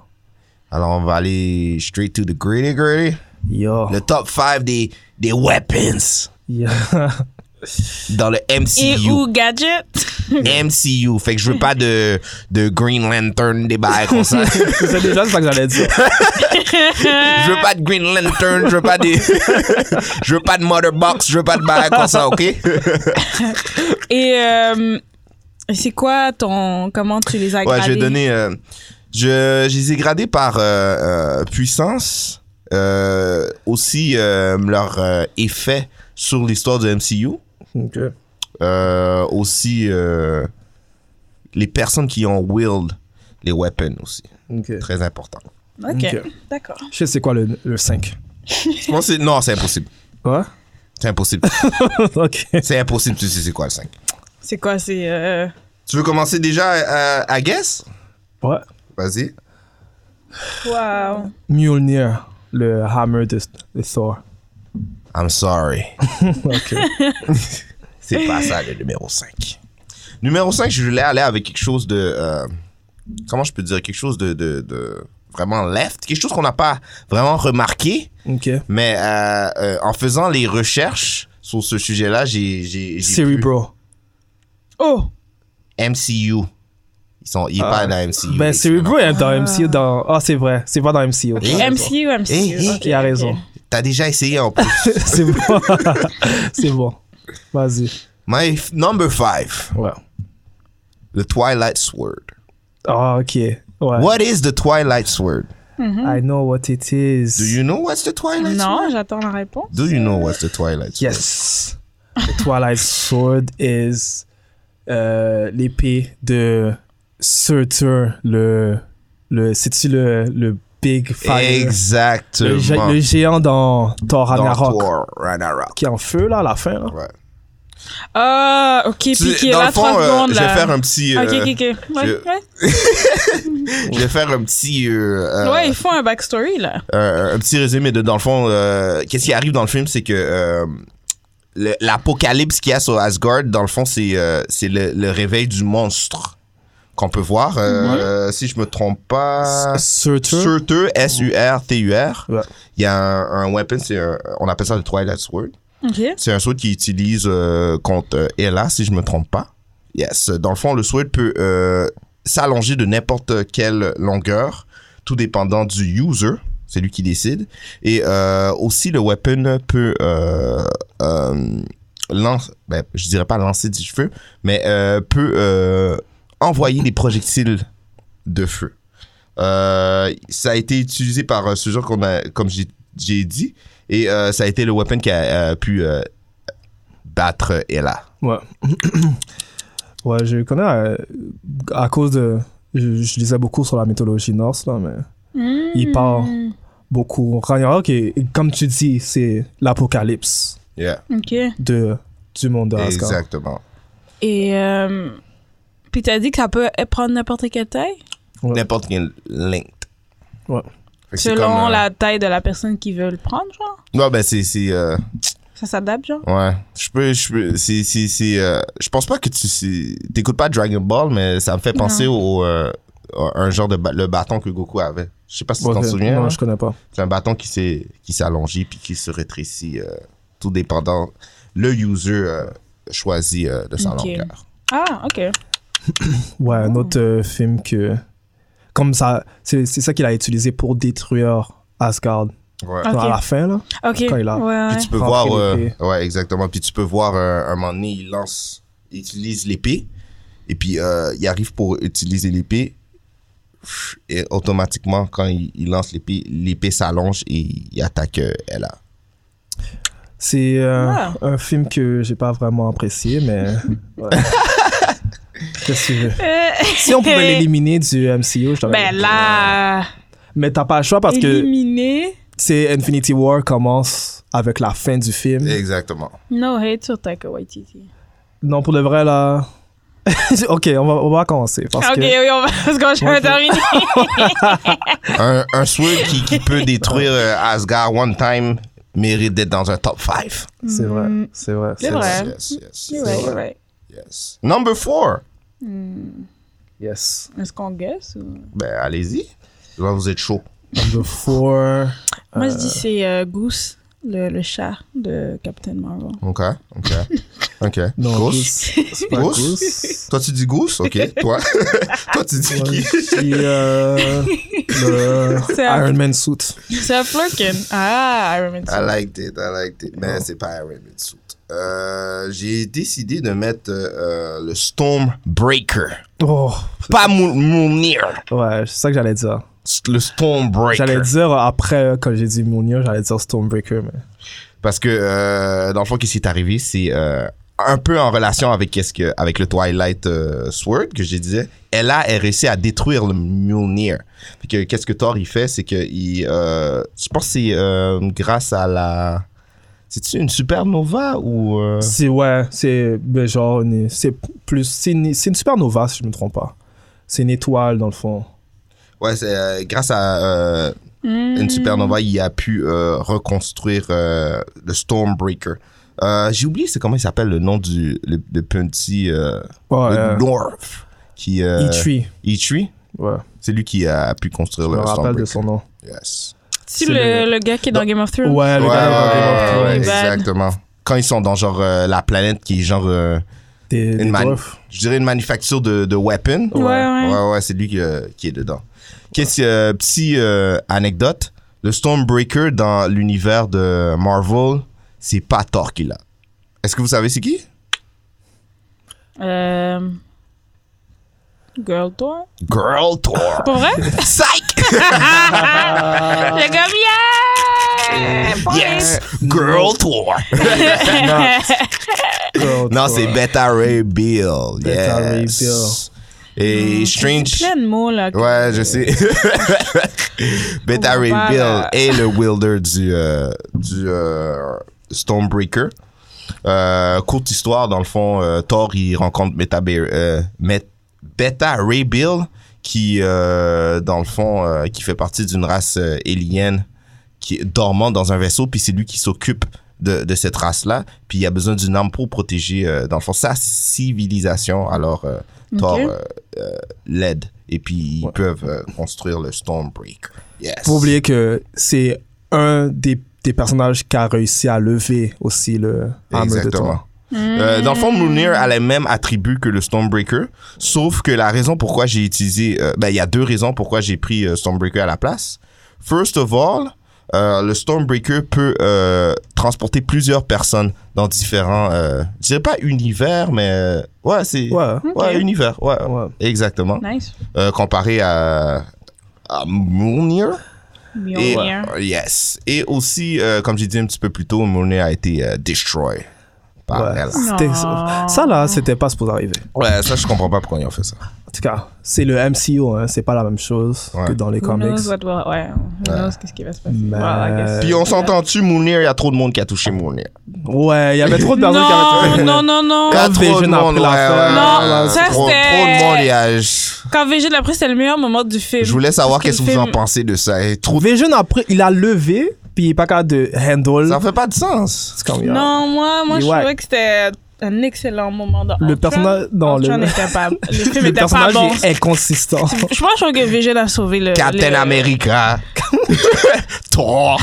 D: Alors, on va aller straight to the gritty gritty.
E: Yeah.
D: Le top 5 des, des weapons
E: Yeah.
D: dans le
F: Et
D: MCU.
F: ou gadget.
D: MCU. Fait que je veux pas de, de Green Lantern des bails comme ça. Je
E: c'est déjà ça que j'allais dire.
D: veux pas de Green Lantern, je veux pas des. je veux pas de Mother Box, je veux pas de bails comme ça, ok?
F: Et euh, c'est quoi ton. Comment tu les as
D: Ouais, je vais
F: gradés?
D: donner. euh, je, je les ai gradés par euh, euh, puissance, euh, aussi euh, leur euh, effet sur l'histoire du MCU.
E: Ok.
D: Euh, aussi euh, les personnes qui ont wield les weapons aussi.
E: Ok.
D: Très important.
F: ok,
E: Ok.
F: d'accord.
E: Je sais c'est quoi le, le 5.
D: Je pense que c'est- non, c'est impossible.
E: Ouais.
D: C'est impossible.
E: ok.
D: C'est impossible. Tu sais c'est quoi le 5.
F: C'est quoi, c'est... euh,
D: Tu veux commencer déjà à, à- à guess?
E: Ouais.
D: Vas-y.
F: Wow.
E: Mjolnir, le hammer de, de Thor.
D: I'm sorry.
E: Ok.
D: C'est pas ça le numéro 5. Numéro 5, je voulais aller avec quelque chose de. euh, comment je peux dire Quelque chose de, de, de vraiment left. Quelque chose qu'on n'a pas vraiment remarqué.
E: Ok.
D: Mais euh, euh, en faisant les recherches sur ce sujet-là, j'ai. j'ai- j'ai pu-
E: Cerebro.
F: Oh!
D: MCU. Ils sont, il est pas dans MCU.
E: Ben,
D: les
E: Cerebro
D: X-Men.
E: est dans MCU. Dans... Ah, c'est vrai. C'est pas dans MCU.
D: Eh,
F: MCU, MCU.
D: eh,
F: ok,
E: Il a
F: ok.
E: raison.
D: T'as déjà essayé en plus.
E: c'est bon. c'est bon. Vas-y.
D: My f- number five,
E: Ouais.
D: the Twilight Sword.
E: Ah, ok. Ouais.
D: What is the Twilight Sword?
E: I know what it is.
D: Do you know what's the Twilight Sword?
F: Non, j'attends la réponse.
D: Do you know what's the Twilight Sword?
E: Yes. The Twilight Sword is euh, l'épée de Surtur, le. le C'est-tu le, le Big Fire? Le, gé-
D: Exactement.
E: le géant dans Thor
D: Dans
E: Ragnarok.
D: Thor Ragnarok.
E: Qui est en feu, là, à la fin. là.
D: Ouais.
F: Ah, ok, puis qui est
D: dans
F: là
D: le fond,
F: trois
D: euh,
F: secondes,
D: je
F: là.
D: vais faire un petit,
F: Ok,
D: euh,
F: ok, ok. Ouais,
D: je-
F: ouais.
D: je vais faire un petit, euh, euh,
F: ouais, ils font un backstory, là.
D: un, un petit résumé de dans le fond euh, qu'est-ce qui arrive dans le film c'est que euh, le- l'apocalypse qu'il y a sur Asgard dans le fond c'est euh, c'est le, le réveil du monstre qu'on peut voir Euh, euh, si je me trompe pas
E: Surtur.
D: Surtur S U R T U R
E: Ouais.
D: il y a un, un weapon c'est un- on appelle ça le Twilight Sword
F: Ok.
D: c'est un sword qui utilise euh, contre euh, Hela, si je me trompe pas. Yes. Dans le fond, le sword peut euh, s'allonger de n'importe quelle longueur, tout dépendant du user. C'est lui qui décide. Et euh, aussi, le weapon peut euh, euh, lance- ben, je dirais pas lancer du feu, mais euh, peut euh, envoyer des projectiles de feu. Euh, ça a été utilisé par euh, ce genre qu'on a, comme j'ai- j'ai dit, et euh, ça a été le weapon qui a, euh, pu euh, battre Ella.
E: Ouais. ouais, je connais euh, à, cause de. Je, je lisais beaucoup sur la mythologie norse, là, mais Il part. beaucoup. Ragnarok, est- comme tu dis, c'est l'apocalypse
D: Yeah,
F: Ok.
E: de, du monde de Asgard.
D: exactement.
F: Et. euh, Puis t'as dit que ça peut prendre n'importe quelle taille?
E: Ouais.
D: N'importe quel length.
E: Ouais.
D: Fait que c'est
F: Selon
D: comme, euh,
F: la taille de la personne qui veut le prendre, genre?
D: Ouais, ben c'est. c'est, euh,
F: Ça s'adapte, genre?
D: ouais. Je peux. Je peux. C'est. c'est- c'est, euh, je pense pas que tu. c'est- T'écoutes pas Dragon Ball, mais ça me fait penser au. euh, à un genre de. ba- le bâton que Goku avait. Je sais pas si tu
E: Ouais,
D: t'en
E: je-
D: souviens.
E: Non,
D: hein.
E: je connais pas.
D: C'est un bâton qui s'est qui s'allonge puis qui se rétrécit, euh, tout dépendant. Le user euh, choisit euh, de sa
F: Ok.
D: longueur.
F: Ah, ok.
E: Ouais, un autre euh, film que. Comme ça, c'est c'est ça qu'il a utilisé pour détruire Asgard.
D: Ouais.
F: Ah,
E: Genre À
F: Ok.
E: la fin, là.
F: Ok.
E: Quand il a-
F: Ouais,
D: Puis
F: ouais.
D: tu peux
E: Rentrer
D: voir, euh,
E: l'épée.
D: ouais, exactement. Puis tu peux voir euh, un moment donné, il lance, il utilise l'épée, et puis euh, il arrive pour utiliser l'épée, et automatiquement, quand il, il lance l'épée, l'épée s'allonge et il attaque euh, Ella.
E: C'est euh,
F: Ah.
E: un film que j'ai pas vraiment apprécié, mais. ouais. Qu'est-ce que tu veux?
F: Euh,
E: Si on pouvait l'éliminer du MCU, je t'aurais
F: Ben là,
E: Mais t'as pas le choix parce que
F: éliminer.
E: c'est Infinity War commence avec la fin du film.
D: Exactement.
F: No hate sur Taika Waititi.
E: Non, pour de vrai, là. ok, on va, on va commencer. Parce
F: ok,
E: que...
F: oui, on va, parce que je
E: Moi,
F: vais
E: je-
F: terminer.
D: Un, un sword qui, qui peut détruire euh, Asgard one time mérite d'être dans un top 5.
E: C'est vrai,
F: Mm.
E: c'est vrai.
F: C'est vrai.
D: Yes, yes,
F: You're
D: yes,
F: right, you're right.
D: yes. Number 4.
E: Yes.
F: Est-ce qu'on guess ou...
D: Ben, allez-y. Là, vous êtes chaud.
E: Number four.
F: Moi, je dis c'est euh, Goose, le, le chat de Captain Marvel.
D: OK, OK, OK.
E: Non,
D: Grosse.
E: Goose. C'est pas
D: Goose?
E: Goose.
D: Toi, tu dis Goose, ok. Toi, toi tu dis
E: Moi,
D: qui
E: je dis, euh, le
F: C'est un-
E: Iron Man suit.
F: C'est un flirkin. Ah, Iron Man.
D: I liked it, I liked it. Mais c'est pas Iron Man Suit. Euh, J'ai décidé de mettre euh, euh, le Stormbreaker.
E: Oh,
D: Pas Mou- Mounir.
E: ouais, c'est ça que j'allais dire.
D: Le Stormbreaker.
E: J'allais dire euh, après, euh, quand j'ai dit Mounir, j'allais dire Stormbreaker, mais.
D: Parce que, euh, dans le fond, qu'est-ce qui est arrivé, c'est euh, un peu en relation avec, qu'est-ce que, avec le Twilight euh, Sword que je disais. Ella a réussi à détruire le Mjolnir. Fait que, qu'est-ce que Thor, il fait, c'est que il, euh, je pense que c'est euh, grâce à la... C'est-tu une supernova ou... euh,
E: C'est, ouais, c'est, ben, genre, une- c'est plus. C'est une, c'est une supernova, si je me trompe pas. C'est une étoile, dans le fond.
D: Ouais, c'est euh, grâce à euh, une supernova, il a pu euh, reconstruire euh, le Stormbreaker. Euh, j'ai oublié c'est comment il s'appelle le nom du le, le petit euh,
E: Ouais,
D: le
E: euh,
D: dwarf qui euh,
E: Itri.
D: Itri.
E: Ouais,
D: C'est lui qui a pu construire
E: je me
D: le
E: rappelle de
D: Stormbreaker.
E: son nom.
D: Yes.
F: C'est
E: c'est
F: le,
E: le-
F: le gars qui est dans Game of Thrones.
E: Ouais, Ah, le
D: Ouais,
E: gars dans Game of
D: ouais,
E: Thrones.
D: ouais,
F: Bad.
D: exactement. Quand ils sont dans genre euh, la planète qui est genre euh,
E: Des, des
D: une manu-
E: dwarfs.
D: je dirais une manufacture de, de weapons.
F: Ouais, ouais.
D: Ouais, ouais, c'est lui qui, euh, qui est dedans. Qu'est-ce que, euh, petit euh, anecdote, le Stormbreaker dans l'univers de Marvel, c'est pas Thor qui l'a. Est-ce que vous savez c'est qui?
F: Euh... Girl Door.
D: Girl Thor.
F: Pour vrai? Ah!
D: Psych!
F: le gars, yeah!
D: Yes! Girl Thor.
E: Girl,
D: Non,
E: toi.
D: c'est Beta Ray Bill.
E: Beta Ray
D: yes. Et Strange.
F: Plein de mots, là.
D: Ouais, je sais. Beta
F: On
D: Ray
F: va
D: Bill
F: là.
D: est le wielder du, euh, du euh, Stormbreaker. Euh, courte histoire, dans le fond, euh, Thor, il rencontre Beta, Bear- euh, Met- Beta Ray Bill, qui, euh, dans le fond, euh, qui fait partie d'une race euh, alien qui est dormant dans un vaisseau, puis c'est lui qui s'occupe de, de cette race-là, puis il a besoin d'une arme pour protéger, euh, dans le fond, sa civilisation. Alors, euh, Thor
F: Ok.
D: euh, euh, l'aide, et puis ils peuvent euh, construire le Stormbreaker. Yes.
E: Faut oublier que c'est un des, des personnages qui a réussi à lever aussi le hammer de
D: Exactement.
E: Thor.
D: Euh, dans le fond, Mounir a les mêmes attributs que le Stormbreaker, sauf que la raison pourquoi j'ai utilisé... euh, ben, il y a deux raisons pourquoi j'ai pris euh, Stormbreaker à la place. First of all, euh, le Stormbreaker peut euh, transporter plusieurs personnes dans différents. Euh, je dirais pas univers, mais. euh, ouais, c'est.
E: Ouais.
D: ouais, univers. Ouais,
E: Ouais.
D: exactement.
F: Nice.
D: Euh, comparé à. à Mjolnir. Et,
F: Mjolnir.
D: euh, yes. Et aussi, euh, comme j'ai dit un petit peu plus tôt, Mjolnir a été euh, destroy par
E: Ouais.
D: elle.
E: C'était-
F: Non.
E: Ça, là, c'était pas supposé arriver.
D: Ouais, ça, je comprends pas pourquoi ils ont fait ça.
E: En tout cas, c'est le MCO, hein, c'est pas la même chose
D: Ouais.
E: que dans les
F: Who
E: comics.
F: knows what will- ouais, who
D: Ouais.
F: knows qu'est-ce qui va se passer.
E: Mais-
F: Voilà, I guess.
D: Puis on s'entend-tu, Mjolnir, il y a trop de monde qui a touché Mjolnir.
E: Ouais, il y avait trop de
F: Non,
E: personnes qui avaient touché.
F: non, non, non.
E: Quand
D: Trop
E: Vision
D: de
E: Oh, a
D: monde,
E: pris la
D: ouais,
E: scène,
D: ouais,
F: Non,
D: ouais,
F: ça,
D: trop, trop
F: c'était-
D: de monde, il y a- je-
F: Quand VG l'a pris, c'est le meilleur moment du film.
D: Je voulais savoir
F: Parce
D: qu'est-ce que vous
F: le
D: en
F: film-
D: pensez de ça. Et trop de-
E: Vision, après, il a levé, puis il est pas capable de handle.
D: Ça fait pas de sens.
E: C'est comme, yeah.
F: Non, moi, moi
E: Il
F: je
E: est wack.
F: trouvais que c'était un excellent moment dans
E: Le
F: Ultron.
E: personnage- non, le-
F: Ultron était pas... Le film
E: le
F: était pas
E: personnage
F: bon.
E: est inconsistant.
F: Je pense que VG l'a sauvé le...
D: Captain
F: le-
D: America. Thor.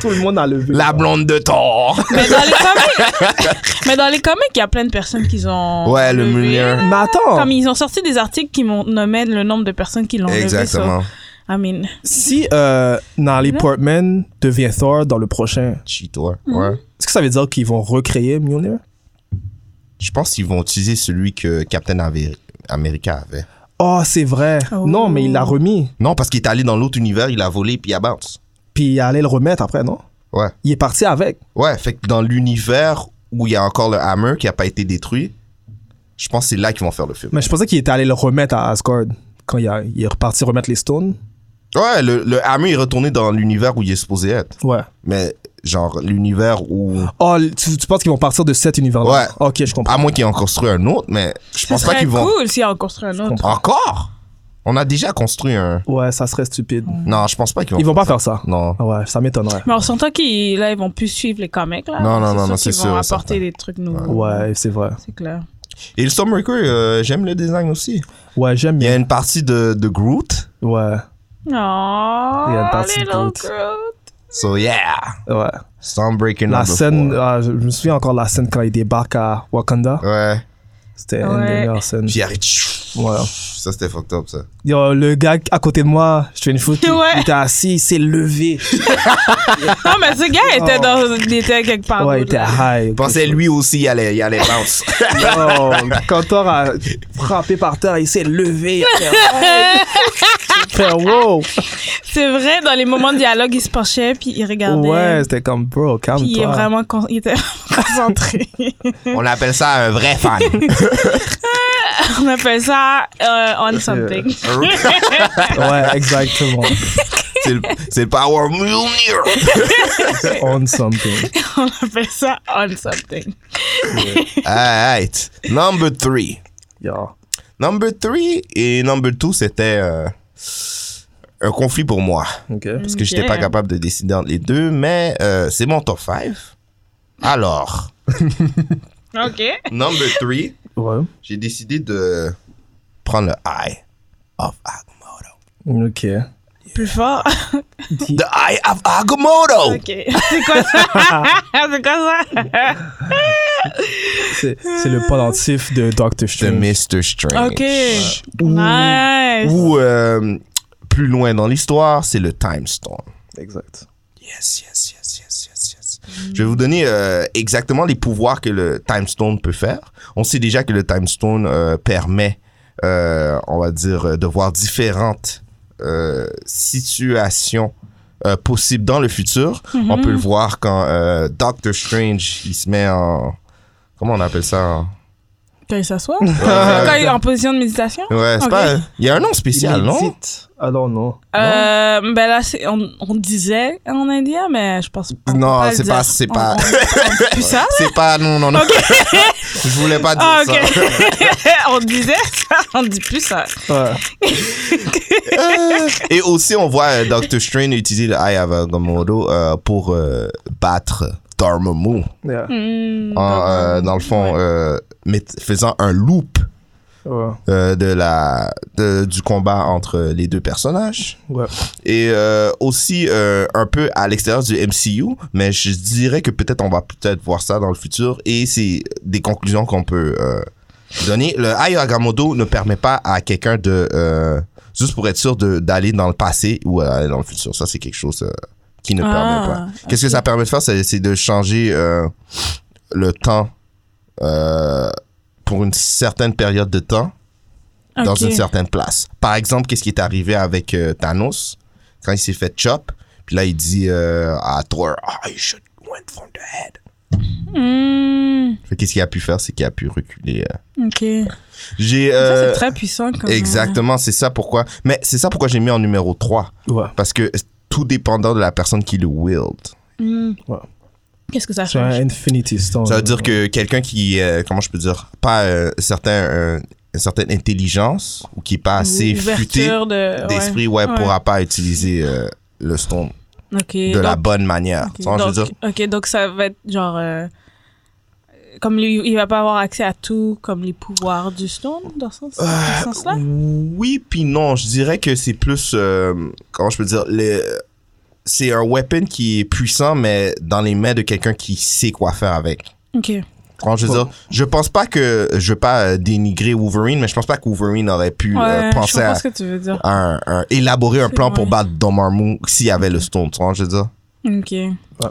E: Tout le monde a levé.
D: La blonde de Thor.
F: Mais dans les comics... Mais dans les comics, il y a plein de personnes qui ont...
D: Ouais, le
F: levé.
D: Mjolnir.
E: Mais attends,
F: Comme ils ont sorti des articles qui m'ont nommé le nombre de personnes qui l'ont levé.
D: Exactement.
F: so, I mean,
E: si euh, Natalie
F: Non.
E: Portman devient Thor dans le prochain,
D: Cheat-toi.
F: Mhm.
D: Ouais.
E: est-ce que ça veut dire qu'ils vont recréer Mjolnir
D: Je pense qu'ils vont utiliser celui que Captain Aver- America avait.
E: Oh, c'est vrai.
F: Oh.
E: Non, mais il l'a remis.
D: Non, parce qu'il est allé dans l'autre univers, il a volé, puis il a bounce.
E: Puis il allait le remettre après, non
D: Ouais.
E: Il est parti avec.
D: Ouais, fait que dans l'univers où il y a encore le hammer qui a pas été détruit, je pense que c'est là qu'ils vont faire le film.
E: Mais je pensais qu'il était allé le remettre à Asgard quand il, a- il est reparti remettre les stones.
D: Ouais, le, le hammer est retourné dans l'univers où il est supposé être.
E: Ouais.
D: Mais genre l'univers où...
E: Oh, tu, tu penses qu'ils vont partir de cet univers-là
D: Ouais.
E: Ok, je comprends.
D: À moins qu'ils en construisent un autre, mais je
F: ce
D: pense pas
F: serait
D: qu'ils vont...
F: cool s'il en construit un autre.
D: Encore On a déjà construit un...
E: Ouais, ça serait stupide.
F: Mm.
D: Non, je pense pas qu'ils vont...
E: Ils vont pas faire ça.
D: Non.
E: Ah Ouais, ça m'étonnerait.
F: Mais on s'entend qu'ils là, ils vont plus suivre les comics. Là.
D: Non, non, non, non,
F: c'est
D: c'est
F: sûr. Ils vont
D: sûr, certain.
F: apporter des trucs nouveaux.
E: Ouais, c'est vrai.
F: C'est clair.
D: Et le Stormbreaker, euh, j'aime le design aussi.
E: Ouais, j'aime
D: Il y a
E: bien.
D: une partie de, de Groot.
E: Ouais,
F: Oh, il y a
E: une partie de Groot.
D: So yeah.
E: ouais.
D: Stormbreaker
E: La
D: number
E: scène,
D: four.
E: ah, je je me souviens encore de la scène quand il débarque à Wakanda.
D: Ouais.
E: C'était une des
F: Ouais.
E: meilleures scènes.
D: Puis il arrive.
E: Ouais.
D: Ça, c'était fucked up, ça.
E: Yo, le gars à côté de moi, je fais une faute. il-
F: Ouais.
E: Il était assis, il s'est levé.
F: Non, mais ce gars était, dans, il était quelque part.
E: ouais, il
F: d'autre,
E: était
F: là.
E: high.
D: Je pensais lui aussi, il allait, il allait bounce.
E: Oh, quand Thor a frappé par terre, il s'est levé. Il a fait, Hey. Il a fait, wow.
F: C'est vrai, dans les moments de dialogue, il se penchait puis il regardait.
E: Ouais, c'était comme, bro, calme-toi.
F: Puis il, est vraiment con- il était concentré.
D: On appelle ça un vrai fan.
F: On appelle ça euh, on something.
E: Ouais, exactement.
D: c'est le- c'est le power Mjolnir.
E: On something.
F: On appelle ça on something.
D: Alright. Number three.
E: Yo.
D: Number three et number two, c'était euh, un conflit pour moi.
E: Ok.
D: Parce que j'étais
F: Ok.
D: pas capable de décider entre les deux, mais euh, c'est mon top 5. Alors,
F: OK.
D: number three,
E: Ouais.
D: j'ai décidé de prendre le Eye of Agamotto.
E: Ok.
F: Plus fort.
D: The Eye of Agamotto!
F: OK. C'est quoi ça? C'est quoi ça?
E: C'est c'est le pendentif de
D: The
E: Doctor Strange.
D: Mr. Strange.
F: OK. Nice.
D: Ou euh, plus loin dans l'histoire, c'est le Time Storm.
E: Exact.
D: Yes, yes, yes, yes, yes, yes. Je vais vous donner euh, exactement les pouvoirs que le Time Stone peut faire. On sait déjà que le Time Stone euh, permet, euh, on va dire, euh, de voir différentes euh, situations euh, possibles dans le futur. On peut le voir quand euh, Doctor Strange, il se met en... Comment on appelle ça? en-
F: Quand il s'assoit? Quand il est en position de méditation?
D: Ouais, c'est
F: Ok.
D: pas... Il y a un nom spécial,
E: Il
D: non?
E: médite. Ah non, non.
F: Euh, ben là, c'est- on, on disait en indien, mais je pense on peut
D: Non,
F: le
D: c'est
F: dire.
D: pas- c'est
F: On-
D: pas-
F: on- on- plus ça?
D: C'est pas... Non, non, non. Je voulais pas dire
F: Ah,
D: ça.
F: ok. on disait ça, on dit plus ça.
E: Ouais.
D: Et aussi, on voit euh, Doctor Strange utiliser le Eye of Agamotto euh, pour euh, battre Dormammu.
E: Yeah.
F: Hmm,
D: En, euh,
F: donc,
D: dans le fond,
F: ouais.
D: euh, mett- faisant un loop
F: Mm.
E: Ouais.
D: euh, de la, de- du combat entre les deux personnages.
E: Ouais.
D: Et euh, aussi, euh, un peu à l'extérieur du MCU, mais je dirais que peut-être on va peut-être voir ça dans le futur. Et c'est des conclusions qu'on peut euh, donné, le Ayo Agamotto ne permet pas à quelqu'un de... euh, juste pour être sûr de- d'aller dans le passé ou aller dans le futur. Ça, c'est quelque chose euh, qui ne
F: Ah,
D: permet pas. Qu'est-ce que ça permet de faire? C'est c'est de changer euh, le temps euh, pour une certaine période de temps dans
F: Ok.
D: une certaine place. Par exemple, qu'est-ce qui est arrivé avec euh, Thanos quand il s'est fait chop, puis là il dit euh, à Thor, Ah, you should went from the head.
F: Hmm,
D: Fait qu'est-ce qu'il a pu faire, c'est qu'il a pu reculer. euh.
F: ok.
D: J'ai
F: Ça,
D: euh,
F: c'est très puissant. Comme, euh,
D: exactement, c'est ça pourquoi. Mais c'est ça pourquoi j'ai mis en numéro 3
E: Ouais.
D: parce que tout dépendant de la personne qui le wield.
F: Hmm.
E: Ouais.
F: Qu'est-ce que ça
E: C'est
F: change
E: un Infinity Stone.
D: Ça veut dire que quelqu'un qui, euh, comment je peux dire, pas euh, certain, euh, une certaine intelligence ou qui est pas assez futé
F: Ouverture de...
D: d'esprit, ouais,
F: Ouais.
D: pourra pas utiliser euh, le stone
F: ouais. Ok,
D: de
F: donc-
D: la bonne manière.
F: ok,
D: Tu vois, je veux
F: donc,
D: dire,
F: ok, donc ça va être genre... euh, Comme lui, il va pas avoir accès à tout, comme les pouvoirs du stone, dans ce sens- dans
D: Euh,
F: ce sens-là.
D: Oui, puis non, je dirais que c'est plus. euh, comment je peux dire les- C'est un weapon qui est puissant, mais dans les mains de quelqu'un qui sait quoi faire avec.
F: Ok.
D: euh, Tu vois, je veux dire, je pense pas que. Je veux pas euh, dénigrer Wolverine, mais je pense pas que Wolverine aurait pu euh,
F: Ouais, je
D: penser
F: comprends
D: à.
F: ce que tu veux dire.
D: à un- un- élaborer un
F: C'est
D: plan pour
F: vrai.
D: battre Dormammu s'il y avait le stone, tu vois, je veux dire.
F: Ok. Ouais,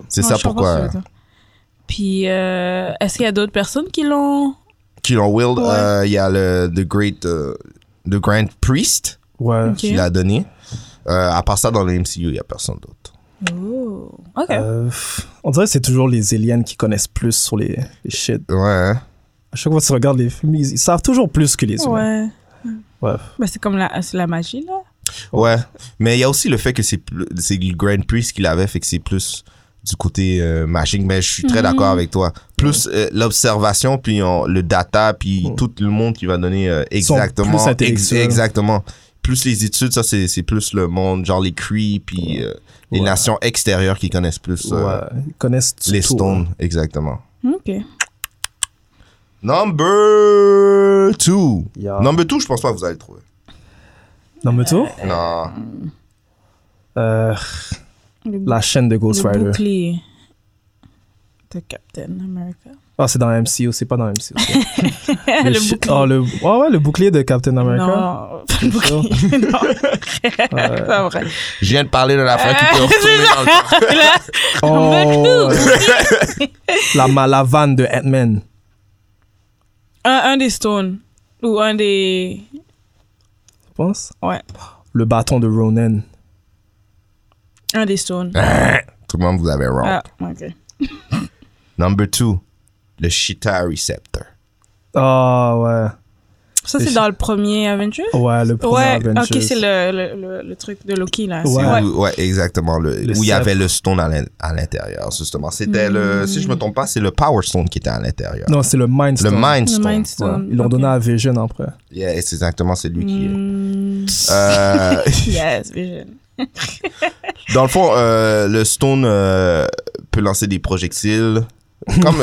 D: C'est
F: je
D: ça
F: comprends ce que
D: pourquoi.
F: tu veux dire. Puis, euh, est-ce qu'il y a d'autres personnes qui l'ont
D: Qui l'ont wield,
F: Ouais.
D: euh, il y a le The Great. euh, the Grand Priest.
E: Ouais.
F: Ok.
D: qui l'a donné. Euh, à part ça, dans le MCU, il n'y a personne d'autre.
F: Oh. Ok.
E: Euh, pff, on dirait que c'est toujours les aliens qui connaissent plus sur les, les shit.
D: Ouais. hein.
E: À chaque fois que tu regardes les films, ils, ils savent toujours plus que les humains.
F: ouais.
E: Ouais.
F: Bah, c'est comme la, c'est la magie, là.
D: Ouais. Mais il y a aussi le fait que c'est plus- c'est le Grand Priest qu'il avait, fait que c'est plus du côté euh, magique. Mais je suis très
F: Mhm.
D: d'accord avec toi. Plus euh, l'observation, puis on- le data, puis
E: Ouais.
D: tout le monde qui va donner euh,
E: Ils sont
D: exactement.
E: plus intellectuels.
D: exactement. Plus les études, ça, c'est c'est plus le monde, genre les Cree, puis euh, les
E: Ouais.
D: nations extérieures qui connaissent plus euh,
E: Ouais, Ils connaissent tout. hein.
D: les stones. Exactement.
F: Hmm, Ok.
D: Number two.
E: Yeah.
D: Number two, je pense pas que vous allez le trouver.
E: Non, mais tout
D: Non.
E: euh,
F: Le,
E: La chaîne de Ghost
F: le
E: Rider.
F: bouclier de Captain America.
E: Ah, c'est dans MCU, c'est pas dans MCU.
F: Le,
E: chi-
F: bouclier.
E: Ah, le... ouais, ouais, le bouclier de Captain America.
F: Non, pas le bouclier. non. c'est pas vrai.
D: Je viens de parler de la
E: Ah,
D: fin qui
F: Euh,
D: peut retourner dans le temps.
F: Là,
E: Oh, ouais. la malavane de Ant-Man.
F: un, un des Stones. Ou un des.
E: Tu penses
F: Ouais.
E: Le bâton de Ronan.
F: Un des Stones.
D: Tout le monde, vous avez wrong.
F: Ah, ok.
D: Number two, le Shita Receptor.
E: Ah,
F: Ça, c'est
E: Et-
F: dans le premier Avengers?
E: ouais. Ouais, le premier
F: Ouais,
E: Avengers.
F: ok, c'est le, le, le, le truc de Loki, là.
E: Ouais.
F: C'est-
D: Où- Ouais, exactement. le-
E: Le
D: où il y
E: sceptre.
D: avait le stone à l'in- à l'intérieur, justement. C'était
F: Hmm.
D: le, si je me trompe pas, c'est le Power Stone qui était à l'intérieur.
E: Non, c'est le Mind
D: Le
E: Stone.
D: Mind
F: Le
D: Stone.
F: Mind
E: Ouais.
F: Stone.
E: Ils l'ont
F: ok.
E: donné à Vision après.
D: Yeah, c'est exactement, c'est lui qui est.
F: Mm,
D: Euh,
F: yes, Vision.
D: dans le fond, euh, le stone euh, peut lancer des projectiles. Comme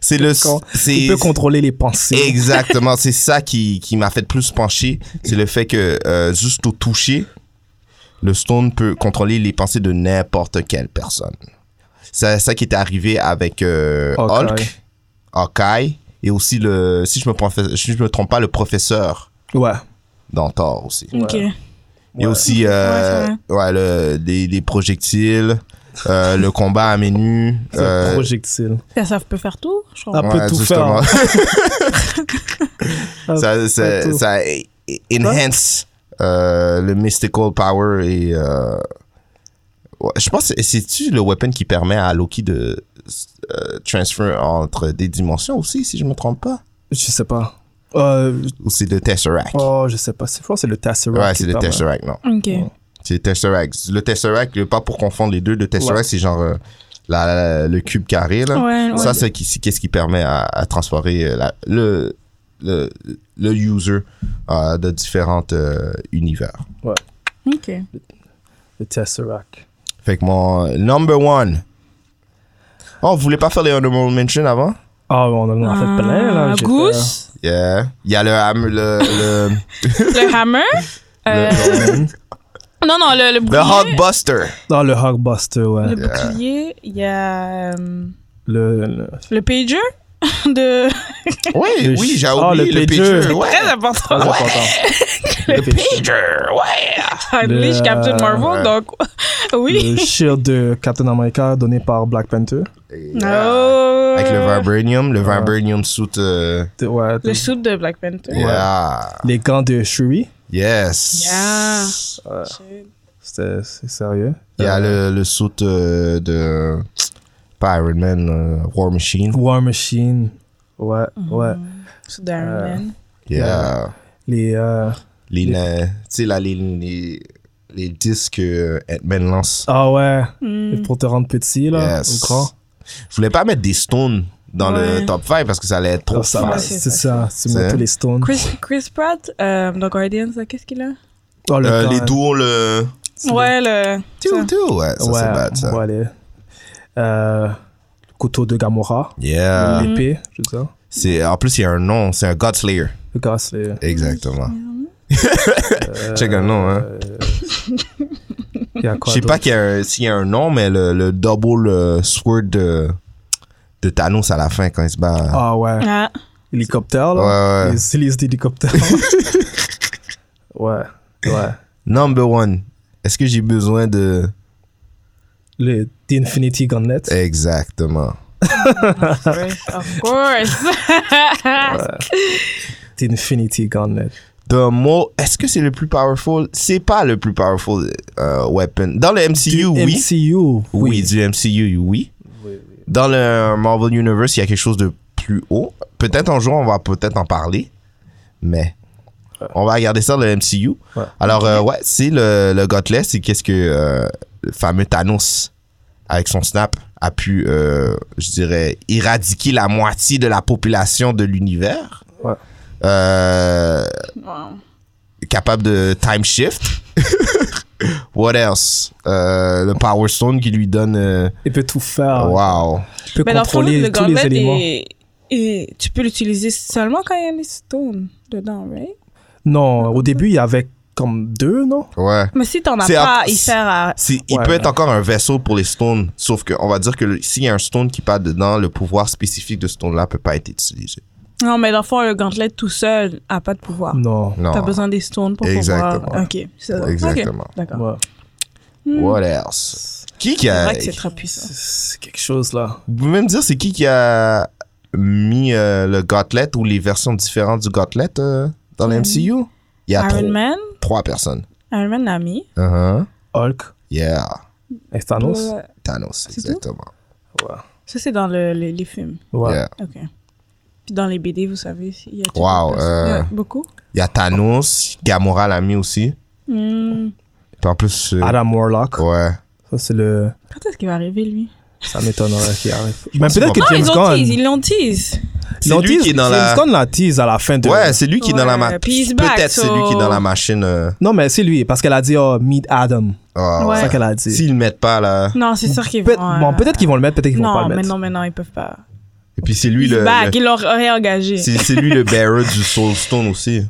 D: c'est le
E: Con-
D: c'est
E: Il peut contrôler les pensées.
D: Exactement, c'est ça qui, qui m'a fait plus pencher. C'est le fait que euh, juste au toucher, le stone peut contrôler les pensées de n'importe quelle personne. C'est ça qui était arrivé avec euh,
E: Hawkeye.
D: Hulk, Hawkeye, et aussi, le, si je me, profe- si je me trompe pas, le professeur
E: Ouais.
D: dans Thor aussi.
F: Ok.
D: Et aussi euh,
F: Ouais,
D: ouais, le, des, des projectiles, euh, le combat à menu. euh,
E: C'est un projectile.
F: Ça, ça peut faire tout, je crois.
E: Ah, peut tout faire.
D: ça, ça,
E: tout.
D: ça enhance euh, le mystical power et euh, ouais, je pense que c'est-tu le weapon qui permet à Loki de euh, transfer entre des dimensions aussi si je me trompe pas
E: Je sais pas. Euh,
D: ou c'est le Tesseract
E: oh, je sais pas. C'est- Je crois que c'est le Tesseract.
D: ouais
E: qui
D: c'est le
E: parle.
D: Tesseract non
F: Ok.
D: c'est le Tesseract le Tesseract pas pour confondre les deux le Tesseract
E: Ouais.
D: c'est genre euh, la- le cube carré là
F: Ouais, ouais.
D: ça c'est qui- c'est qu'est-ce qui permet à, à transférer euh, la- le le, le user euh, de différents euh, univers.
F: Ok.
E: Le Tesseract.
D: Fait que mon number one. Oh, vous voulez pas faire les honorable mentions avant?
E: Ah, on en a fait plein, là.
F: Ah,
E: j'ai
F: Goose,
D: Yeah. Il y a le ham- le, le,
F: le hammer. euh,
D: le,
F: non, non, le, le
D: le
F: bouclier.
D: Hulkbuster.
E: fait- Ah, le Hulkbuster, ouais.
F: Le bouclier, il y a euh,
E: Le, le-
F: le pager. de
D: Oui, oui, j'ai
E: Ah,
D: oublié
E: le
D: le
E: pager.
D: pager. Ouais.
F: très important.
E: Très important.
D: Le pager, ouais.
F: Ah, Unleash
E: Le-
F: Captain Marvel,
D: ouais.
F: donc oui.
E: Le shield de Captain America donné par Black Panther.
F: Oh.
D: Avec le vibranium, le vibranium suit. euh,
E: De- ouais, de-
F: Le suit de Black Panther.
D: Yeah.
E: les gants de Shuri.
D: Yes.
F: Yeah.
E: C'était- C'est sérieux.
D: Il y a le, le suit euh, de. Pas Iron Man, euh, War Machine.
E: War Machine. Ouais,
F: Mm.
E: ouais.
F: Suit d'Iron Man.
D: Yeah.
E: Yeah. Les. euh,
D: Les, na- tu sais, là, les, les, les disques que Ant-Man lance.
E: Ah ouais.
F: Mm.
E: Pour te rendre petit, là.
D: Yes.
E: Ou grand.
D: Je voulais pas mettre des stones dans le
F: Ouais.
D: top 5 parce que ça allait être trop
E: Ah, ça va,
F: Ouais,
D: facile.
F: c'est
E: C'est ça. Tu mets
D: C'est-
E: tous les stones.
F: Chris, Chris Pratt euh, dans Guardians, là, qu'est-ce qu'il a
E: Oh, le
D: Euh,
E: gant,
D: les
E: hein.
D: duos, le.
F: Ouais, le.
D: Tiu,
F: ça.
D: tiu, ouais, ça
E: ouais,
D: c'est bad ça.
E: ouais, les- euh, couteau de Gamora.
D: Yeah.
E: L'épée, je veux dire.
D: C'est, en plus, il y a un nom, c'est un Godslayer.
E: Le gars, c'est.
D: Exactement. Check un nom, hein.
E: Il y a Euh, quoi
D: Je sais pas
E: d'autre?
D: qu'il y a un- s'il y a un nom, mais le, le double euh, sword de, de Thanos à la fin quand il se bat.
E: Ah ouais.
F: Ah,
E: Hélicoptère, là.
D: Ouais, ouais.
E: Les hélices d'hélicoptère. ouais, ouais.
D: Number one. Est-ce que j'ai besoin de.
E: Le The Infinity Gauntlet.
D: Eh. Exactement.
F: Chris, ah, of course.
E: The Infinity Gauntlet.
D: The mo Est-ce que c'est le plus powerful C'est pas le plus powerful euh, weapon. Dans le MCU,
E: Du
D: oui.
E: MCU,
D: Oui, du MCU, oui. Dans le Marvel Universe, il y a quelque chose de plus haut. Peut-être un jour, on va peut-être en parler, mais on va regarder ça dans le MCU.
E: Ouais.
D: Alors, euh, ouais, c'est le, le Gauntlet, c'est qu'est-ce que euh, le fameux Thanos, avec son snap, a pu, euh, je dirais, éradiquer la moitié de la population de l'univers.
E: Ouais.
D: Euh,
F: Wow.
D: capable de time shift. What else? Euh, le Power Stone qui lui donne. euh,
E: Il peut tout faire.
D: Wow.
E: Il peut
F: Mais dans le fond,
E: contrôler
F: le
E: tous les
F: gauntlet,
E: éléments.
F: est- est- tu peux l'utiliser seulement quand il y a les stones dedans, right?
E: Non, au début, il y avait comme deux, non
D: Ouais.
F: Mais si t'en as
D: C'est
F: pas,
D: à-
F: il sert à.
D: C'est- il
E: Ouais.
D: peut être encore un vaisseau pour les stones, sauf que on va dire que le- s'il y a un stone qui passe dedans, le pouvoir spécifique de ce stone-là peut pas être utilisé.
F: Non, mais dans le fond, le gantelet tout seul a pas de
D: Ah.
F: pouvoir.
E: Non.
D: Non.
F: T'as besoin des stones pour
D: Exactement.
F: pouvoir. Ok, c'est ça.
D: Exactement.
F: Ok, D'accord.
E: Ouais.
D: What else? Qui qui
F: C'est
D: a
F: vrai que c'est très puissant.
E: C'est- C'est quelque chose, là.
D: Vous pouvez me dire c'est qui qui a mis euh, le gauntlet ou les versions différentes du gauntlet euh, dans le MCU? Il y a trois,
F: Hmm. Iron Man,
D: trois personnes.
F: Iron Man l'a mis.
D: Uh-huh.
E: Hulk
D: Yeah.
E: et Thanos.
F: Euh,
D: Thanos,
F: C'est tout?
D: exactement.
F: Ça, c'est dans le- les, les films.
E: Ouais.
D: Yeah.
F: Ok. Puis dans les BD, vous savez, il y a
D: Wow,
F: toutes les personnes.
D: euh,
F: Il y a beaucoup.
D: Il y a Thanos, Gamora l'a mis aussi.
F: Hmm.
D: Puis en plus. euh,
E: Adam Warlock.
D: ouais.
E: Ça, c'est le...
F: Quand est-ce qu'il va arriver, lui
E: Ça m'étonnerait qu'il arrive. Mais
D: pense
E: peut-être
D: qu'il
E: que
D: va-
F: Ah, ils
E: James
F: l'ont
E: Gunn...
F: tease, ils l'ont tease.
D: C'est
E: L'on
D: lui
E: tease-
D: qui est dans
E: James
D: la-
E: Gunn la tease à la fin de.
D: Ouais, c'est lui qui est dans la machine.
F: puis he's back,
D: Peut-être c'est lui qui est dans
F: so-
D: la machine. euh,
E: Non, mais c'est lui, parce qu'elle a dit, oh, meet Adam.
D: ah,
E: C'est
F: Ouais.
E: ça qu'elle a dit.
D: S'ils le mettent pas là.
F: Non, c'est sûr qu'ils
E: Peut-
F: vont.
E: bon,
F: euh,
E: peut-être qu'ils vont le mettre, peut-être qu'ils vont
F: Non,
E: pas le
F: mais
E: mettre.
F: non, mais non, ils peuvent pas.
D: Et puis c'est lui
F: He's
D: le.
F: back,
D: le-
F: ils l'ont réengagé.
D: C'est c'est lui le bearer du Soul Stone aussi.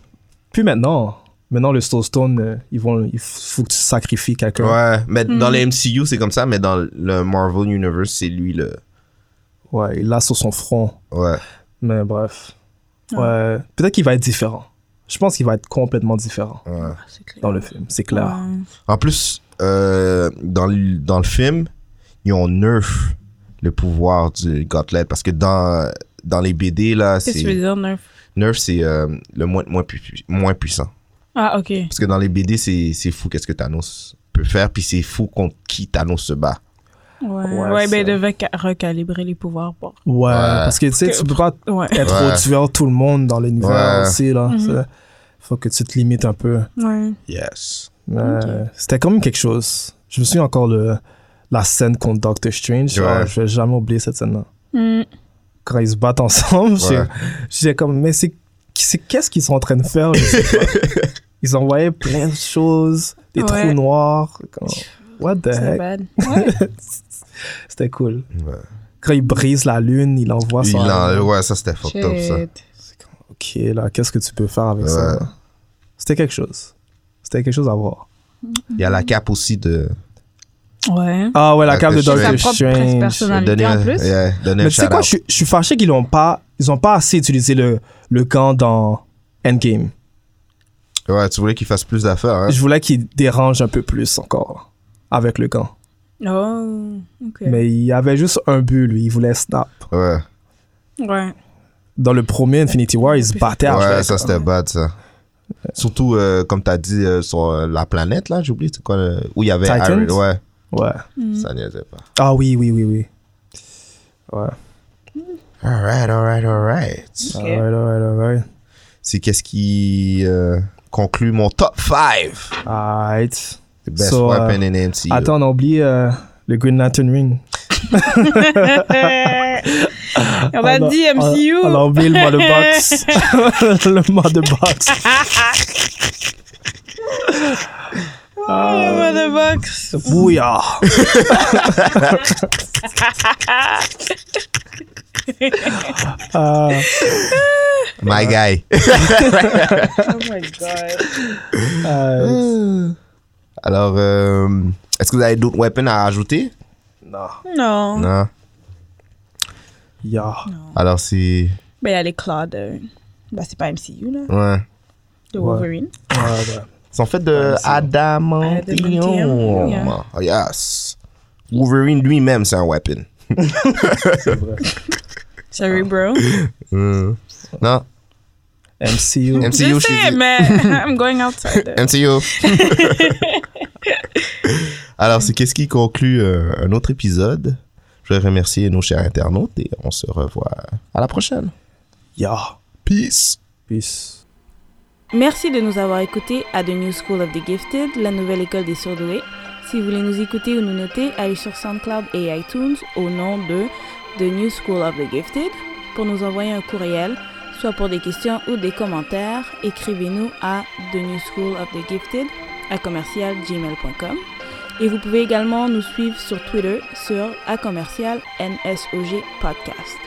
E: Puis maintenant, maintenant le Soul Stone, euh, ils vont, il faut que tu sacrifies quelqu'un.
D: Ouais. Mais
F: Mm-hmm.
D: dans les MCU, c'est comme ça, mais dans le Marvel Universe, c'est lui le.
E: Ouais, il l'a sur son front.
D: Ouais.
E: Mais bref. Ouais, peut-être qu'il va être différent. Je pense qu'il va être complètement différent
D: ouais.
F: Ah, C'est clair. Ah,
E: dans le film, c'est clair.
F: Ouais.
D: En plus, euh, dans, le, dans le film, ils ont nerf le pouvoir du Gauntlet parce que dans, dans les BD, là,
F: Qu'est-ce que tu veux
D: c'est.
F: dire, Nerf
D: Nerf, c'est euh, le moins, moins, pu- moins puissant.
F: Ah, ok.
D: Parce que dans les BD, c'est c'est fou qu'est-ce que Thanos peut faire, puis c'est fou contre qui Thanos se bat.
F: Ouais,
E: Ouais,
F: ouais,
E: c'est-
F: ben, il devait ca- recalibrer les pouvoirs pour.
E: Ouais, parce que tu sais, tu peux pas
F: Ouais.
E: être
D: Ouais.
E: au tueur tout le monde dans l'univers
D: Ouais.
E: aussi, là. C'est- Faut que tu te limites un peu.
F: Ouais.
D: Yes.
E: Euh, C'était quand même quelque chose. Je me souviens encore le, la scène contre Doctor Strange.
D: Ouais.
E: Ah, je vais jamais oublier cette scène-là.
F: Hmm.
E: Quand ils se battent ensemble, j'ai-
D: Ouais.
E: j'ai comme, mais c'est c'est- qu'est-ce qu'ils sont en train de faire? Je sais pas. ils envoyaient plein de choses, des
F: Ouais.
E: trous noirs. comme, what the
F: C'est
E: heck?
F: bad. Ouais.
E: C'était cool. Quand ils brisent la lune, ils l'envoient
D: Il
E: sur la
D: en-
E: lune.
D: ouais, ça c'était fucked up ça.
F: Shit.
E: Ok, là, qu'est-ce que tu peux faire avec ça?
D: Ouais.
E: là? C'était quelque chose. C'était quelque chose à voir.
D: Il y a la cape aussi de
F: Ouais.
E: Ah ouais, la
D: Ah,
E: cave de
D: que tu
F: Sa
E: Doctor
D: veux.
F: propre pres-
E: Strange.
F: personnalité en plus.
D: yeah, donner un
E: Mais tu sais quoi, je
D: shout-out.
E: suis- je suis fâché qu'ils n'ont pas, ils ont pas assez utilisé le, le camp dans Endgame.
D: Ouais, tu voulais qu'il fasse plus d'affaires, hein?
E: Je voulais qu'ils dérangent un peu plus encore avec le camp.
F: Oh, ok.
E: Mais il avait juste un but, lui. Il voulait snap.
D: Ouais,
F: Ouais.
E: Dans le premier Infinity War, il se battait à
D: ouais
E: Shrek.
D: ça c'était bad, ça. Surtout, euh, comme t'as dit, euh, sur euh, la planète, là, j'oublie, c'est quoi, euh, où il y avait
E: Titans?
D: Iron- Ouais,
E: Ouais.
F: Hmm.
D: ça niaisait pas.
E: Ah oui, oui, oui, oui. Ouais.
D: Alright, alright, alright.
F: Ok.
E: Alright, alright, alright.
D: C'est qu'est-ce qui euh, conclut mon top 5
E: Alright.
D: The best
E: So, euh,
D: weapon in MCU.
E: Attends, on a oublié euh, le Green Lantern Ring.
F: On va
E: a-
F: dire MCU.
E: On a oublié le mother box. le mother box.
F: Oh, Mother Box.
E: Bouillard. Euh,
D: My guy.
F: Oh my god.
E: euh,
D: Alors, euh, est-ce que vous avez d'autres weapons à ajouter?
F: Non.
D: Non.
E: yeah.
D: Alors, c'est...
F: Mais il y a les claws de. Bah, c'est pas MCU, là.
D: Ouais.
F: De Wolverine.
E: Ouais, ouais.
D: C'est en fait de adamantium.
F: Adamantium, yeah.
D: Oh, yes. Wolverine lui-même, c'est un weapon.
F: Sorry, bro.
E: Mm.
D: Hmm. Non,
E: MCU.
D: MCU,
F: Je
D: je
F: sais,
D: dis-
F: mais I'm going outside.
D: MCU. Alors, c'est qu'est-ce qui conclut euh, un autre épisode. Je vais remercier nos chers internautes et on se revoit à la prochaine.
E: Yeah.
D: Peace.
E: Peace.
F: Merci de nous avoir écoutés à The New School of the Gifted, la nouvelle école des surdoués. Si vous voulez nous écouter ou nous noter, allez sur SoundCloud et iTunes au nom de The New School of the Gifted pour nous envoyer un courriel, soit pour des questions ou des commentaires. Écrivez-nous à The New School of the Gifted à commercialgmail.com. Et vous pouvez également nous suivre sur Twitter sur à commercial NSOG Podcast.